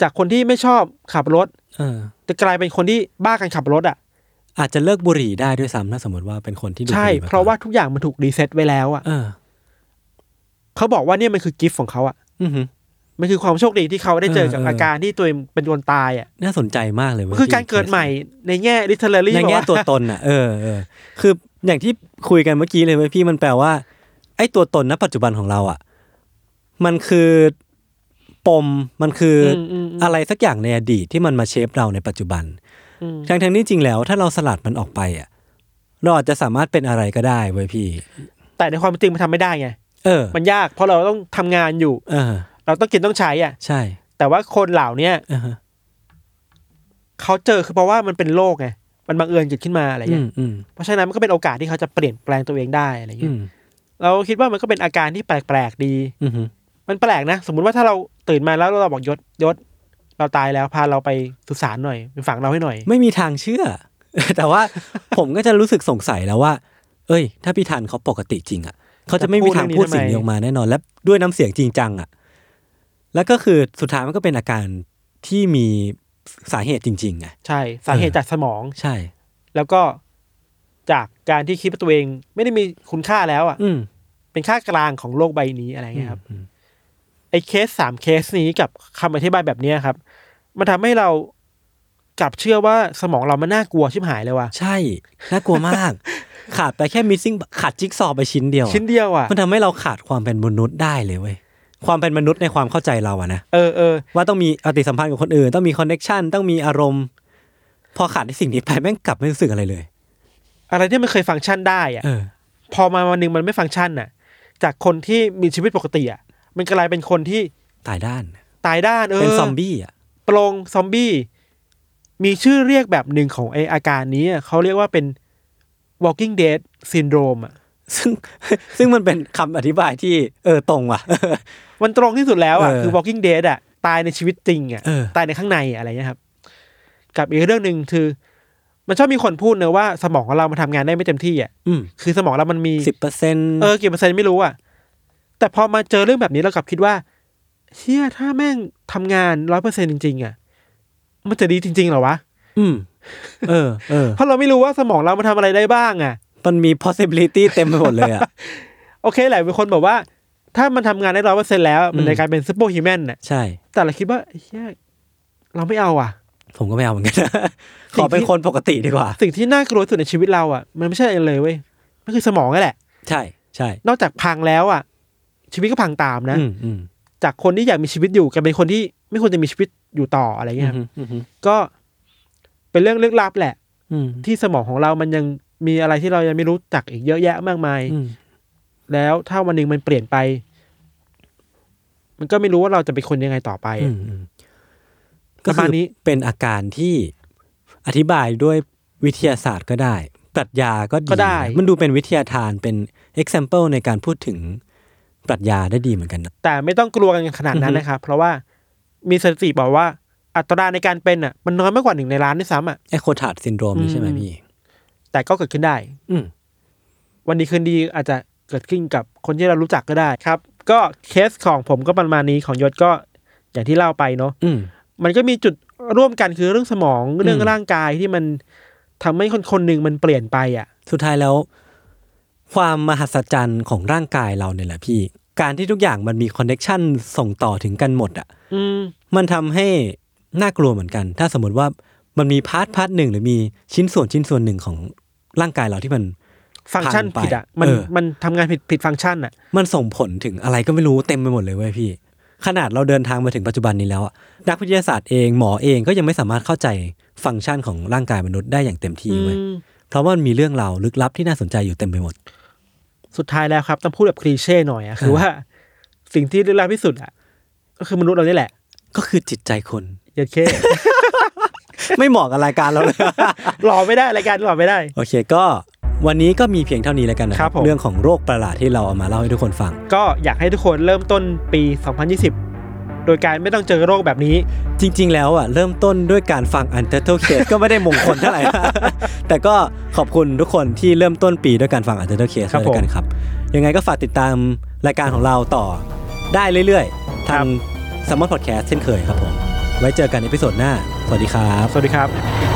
C: จากคนที่ไม่ชอบขับรถ
B: เออ
C: จะกลายเป็นคนที่บ้าการขับรถอ่ะ
B: อาจจะเลิกบุหรี่ได้ด้วยซ้ำถ้าสมมติว่าเป็นคนที่ดูด
C: ใช่
B: บุหมก่อน
C: เพราะว่าทุกอย่างมันถูกรีเซ็ตไว้แล้วอ่ะ
B: เออ
C: เขาบอกว่าเนี่ยมันคือกิฟต์ของเขาอ่ะ
B: อือหือ
C: มันคือความโชคดีที่เขาได้เจอกับ
B: เออเอออ
C: อาการที่ตัวเองเป็นคนตายอ่ะ
B: น่าสนใจมากเลยว้ย
C: คือ
B: ที่
C: การเกิดใหม่ในแง่ literary
B: ในแง่
C: บบา
B: ตัวตนอ่ะเออเออคืออย่างที่คุยกันเมื่อกี้เลยเว้ยพี่มันแปลว่า ไอ้ตัวตนณปัจจุบันของเราอ่ะ มันคือปมมันคืออ
C: มอืมอืม
B: อะไรสักอย่างในอดีตที่มันมาเชฟเราในปัจจุบัน
C: อืม
B: ทั้งทั้งๆนี้จริงแล้ว ถ้าเราสลัดมันออกไปอ่ะเราอาจจะสามารถเป็นอะไรก็ได้เว้ยพี่
C: แต่ในความเป็นจริงมันทำไม่ได้ไง
B: เออ
C: มันยากเพราะเราต้องทำงานอยู่
B: เออ
C: เราต้องกินต้องใช้อ่ะ
B: ใช่
C: แต่ว่าคนเหล่าเนี้ย
B: เออฮะ
C: เขาเจอคือเพราะว่ามันเป็นโลกไง มันบังเอิญเกิดขึ้นมาอะไร
B: อื
C: เงี้
B: ม
C: ย
B: อืม
C: เพราะฉะนั้นมันก็เป็นโอกาสที่เขาจะเปลี่ยนแปลงตัวเองได้อะไร
B: อื
C: เงี้ย
B: ม
C: เราคิดว่ามันก็เป็นอาการที่แปลกๆดี
B: อืมฮึ
C: มันแปลกนะ สมมุติว่าถ้าเราตื่นมาแล้วเราบอกยศยศ เราตายแล้วพาเราไปสุสานหน่อยไปฝังเราให้หน่อย
B: ไม่มีทางเชื่อ แต่ว่า ผมก็จะรู้สึกสงสัยแล้วว่า เอ้ย ถ้าพี่ทันเขาปกติจริงอ่ะ เขาจะไม่มีทางพูดสิ่งนี้ออกมาแน่นอน และด้วยน้ำเสียงจริงจังอ่ะ แล้วก็คือสุดท้ายมันก็เป็นอาการที่มีสาเหตุจริงๆไง
C: ใช่ สาเหตุจากสมอง
B: ใช่
C: แล้วก็จากการที่คิดว่าตัวเองไม่ได้มีคุณค่าแล้วอ่ะ
B: อืม
C: เป็นค่ากลางของโลกใบนี้อะไรเงี้ยครับไอ้เคสสามเคสนี้กับคำอธิบายแบบเนี้ยครับ มันทำให้เรากลับเชื่อว่าสมองเรามันน่ากลัวชิบหายเลยว่ะ
B: ใช่ น่ากลัวมาก ขาดไปแค่ missing ขาดจิ๊กซอว์ไปชิ้นเดียวอะ
C: ชิ้นเดียวอ่ะ
B: มันทำให้เราขาดความเป็นมนุษย์ได้เลยเว้ย ความเป็นมนุษย์ในความเข้าใจเราอะนะ
C: เออเออ
B: ว่าต้องมีปฏิสัมพันธ์กับคนอื่น ต้องมีคอนเน็ชันต้องมีอารมณ์ พอขาดในสิ่งนี้ไปแม่งกลับไม่รู้สึกอะไรเลย
C: อะไรที่มันเคยฟังก์ชันได้อ่ะ
B: เออ
C: พอมาวันหนึ่งมันไม่ฟังก์ชันน่ะ จากคนที่มีชีวิตปกติอ่ะมันกลายเป็นคนที่
B: ตายด้าน
C: ตายด้านเออ
B: เป็นซอมบี้อ่ะ
C: ปลงซอมบี้ มีชื่อเรียกแบบหนึ่งของไออาการนี้อะเขาเรียกว่าเป็น walking dead syndrome อ่ะ
B: ซึ่ง ซึ่งมันเป็นคำอธิบายที่ เออตรงว่ะ
C: มันตรงที่สุดแล้วอ่ะ
B: เออ
C: คือ walking dead อ่ะตายในชีวิตจริงอ่ะ
B: เออ
C: ตายในข้างในอะไรเงี้ยครับ กับอีกเรื่องหนึ่งคือ มันชอบมีคนพูดนะว่าสมองของเรามันทำงานได้ไม่เต็มที่อ่ะ
B: อืม
C: คือสมองเรามันมี
B: สิบเปอร์เซ็นต์
C: เออกี่เปอร์เซ็นต์ไม่รู้อ่ะ แต่พอมาเจอเรื่องแบบนี้เรากลับคิดว่าเชี่ยถ้าแม่งทำงานร้อยเปอร์เซ็นต์จริง ๆ อ่ะ มันจะดีจริง ๆเหรอวะ
B: อืมเออเออ
C: เพราะเราไม่รู้ว่าสมองเรามันทำอะไรได้บ้างอ่ะ
B: มันมี possibility เต็มไปหมดเลยอ่ะ
C: โอเคแหละมีคนบอกว่า ถ้ามันทำงานได้ร้อยเปอร์เซ็นต์แล้ว มัน
B: อืม
C: จะกลายเป็นซูเปอร์ฮิวแมนน่ะ
B: ใช่
C: แต่เราคิดว่าเชี่ยเราไม่เอาอ่ะ
B: ผมก็ไม่เอาเหมือนกัน ข
C: สิ่
B: อง
C: ที่
B: เป็นคนปกติดีกว่า
C: สิ่งที่น่ากลัวที่สุดในชีวิตเราอ่ะ มันไม่ใช่อะไรเลยเว้ยมันคือสมองนั่นแหละ
B: ใช่ใช่
C: นอกจากพังแล้วอ่ะ ชีวิตก็พังตามนะ
B: อืมอืม
C: จากคนที่อยากมีชีวิตอยู่กลายเป็นคนที่ไม่ควรจะมีชีวิตอยู่ต่ออะไร
B: อื
C: เงี้ยครับ
B: มอืม
C: ก็เป็นเรื่องลึกลับแหละ
B: อืม
C: ที่สมองของเรามันยังมีอะไรที่เรายังไม่รู้จักอีกเยอะแยะมากมาย
B: อืม
C: แล้วถ้าวันหนึ่งมันเปลี่ยนไป มันก็ไม่รู้ว่าเราจะเป็นคนยังไงต่อไป
B: อืมอืมก็
C: ป
B: คื
C: ระมา
B: อ
C: ณนี้
B: เป็นอาการที่อธิบายด้วยวิทยาศาสตร์ก็ได้ปรัชญาก็ดี
C: ก็ได้
B: มันดูเป็นวิทยาทานเป็น example ในการพูดถึงปรัชญาได้ดีเหมือนกันนะ
C: แต่ไม่ต้องกลัวกันขนาดนั้นนะครับ เพราะว่ามีสถิติบอกว่า อัตราในการเป็นอ่ะ มันน้อยมากกว่าหนึ่งในล้านด้วยซ้ำอ่ะ
B: ไอโคทาร์ดซินโดรมนี่ใช่ไหม
C: อืม
B: พี่
C: แต่ก็เกิดขึ้นได้
B: อืม
C: วันดีคืนดีอาจจะเกิดขึ้นกับคนที่เรารู้จักก็ได้ครับ ก็เคสของผมก็ประมาณนี้ของยศก็อย่างที่เล่าไปเนาะ
B: อืม
C: มันก็มีจุดร่วมกันคือเรื่องสมองเรื่อง
B: อืม
C: ร่างกายที่มันทำให้คนคนหนึ่งมันเปลี่ยนไปอ่ะ
B: สุดท้ายแล้ว ความมหัศจรรย์ของร่างกายเราเนี่ยแหละพี่ การที่ทุกอย่างมันมีคอนเน็ชันส่งต่อถึงกันหมดอ่ะ
C: อืม
B: มันทำให้น่ากลัวเหมือนกัน ถ้าสมมติว่ามันมีพาร์ทพาร์ทหนึ่งหรือมีชิ้นส่วนชิ้นส่วนหนึ่งของร่างกายเราที่มัน
C: ฟังก์ชัน
B: ผ่านไป
C: ผิดอ่ะ มัน
B: เออ
C: มันทำงานผิดผิดฟังก์ชันอ่ะ
B: มันส่งผลถึงอะไรก็ไม่รู้เต็มไปหมดเลยเว้ยพี่ ขนาดเราเดินทางมาถึงปัจจุบันนี้แล้วอะนักวิทยาศาสตร์เองหมอเองก็ยังไม่สามารถเข้าใจฟังก์ชันของร่างกายมนุษย์ได้อย่างเต็มที่เว้ย
C: อืม
B: เพราะว่ามันมีเรื่องราวลึกลับที่น่าสนใจอยู่เต็มไปหมด
C: สุดท้ายแล้วครับ ต้องพูดแบบคลีเช่หน่อยอ่ะ คือว่า สิ่งที่ลึกลับที่สุดอ่ะ ก็คือมนุษย์เรานี่แหละ
B: ก็คือจิตใจคน
C: เย็ดเค
B: ไม่เหมาะกับรายการเราเลย
C: รอไม่ได้รายการรอไม่ได้
B: โอเคก็วันนี้ก็มีเพียงเท่านี้แล้วกันนะครับ
C: ผม
B: เรื่องของโรคประหลาดที่เราเอามาเล่าให้ทุกคนฟัง
C: ก็อยากให้ทุกคนเริ่มต้นปี 2020 โดยการไม่ต้องเจอโรคแบบนี้
B: จริง ๆ แล้วอ่ะเริ่มต้นด้วยการฟัง u n t i t l e Case ก็ไม่ได้มงคลเท่าไหร่ แต่ก็ขอบคุณทุกคนที่เริ่มต้นปีด้วยการฟัง u n t i t l e Case
C: ครับ
B: ด้วยกันครับ ยังไงก็ฝากติดตามรายการของเราต่อได้เรื่อยๆ ทาง s ม m ติพอดแคสต์เช่นเคยครับผม ไว้เจอกันในพิโซดหน้า สวัสดีครับ
C: สวัสดีครับ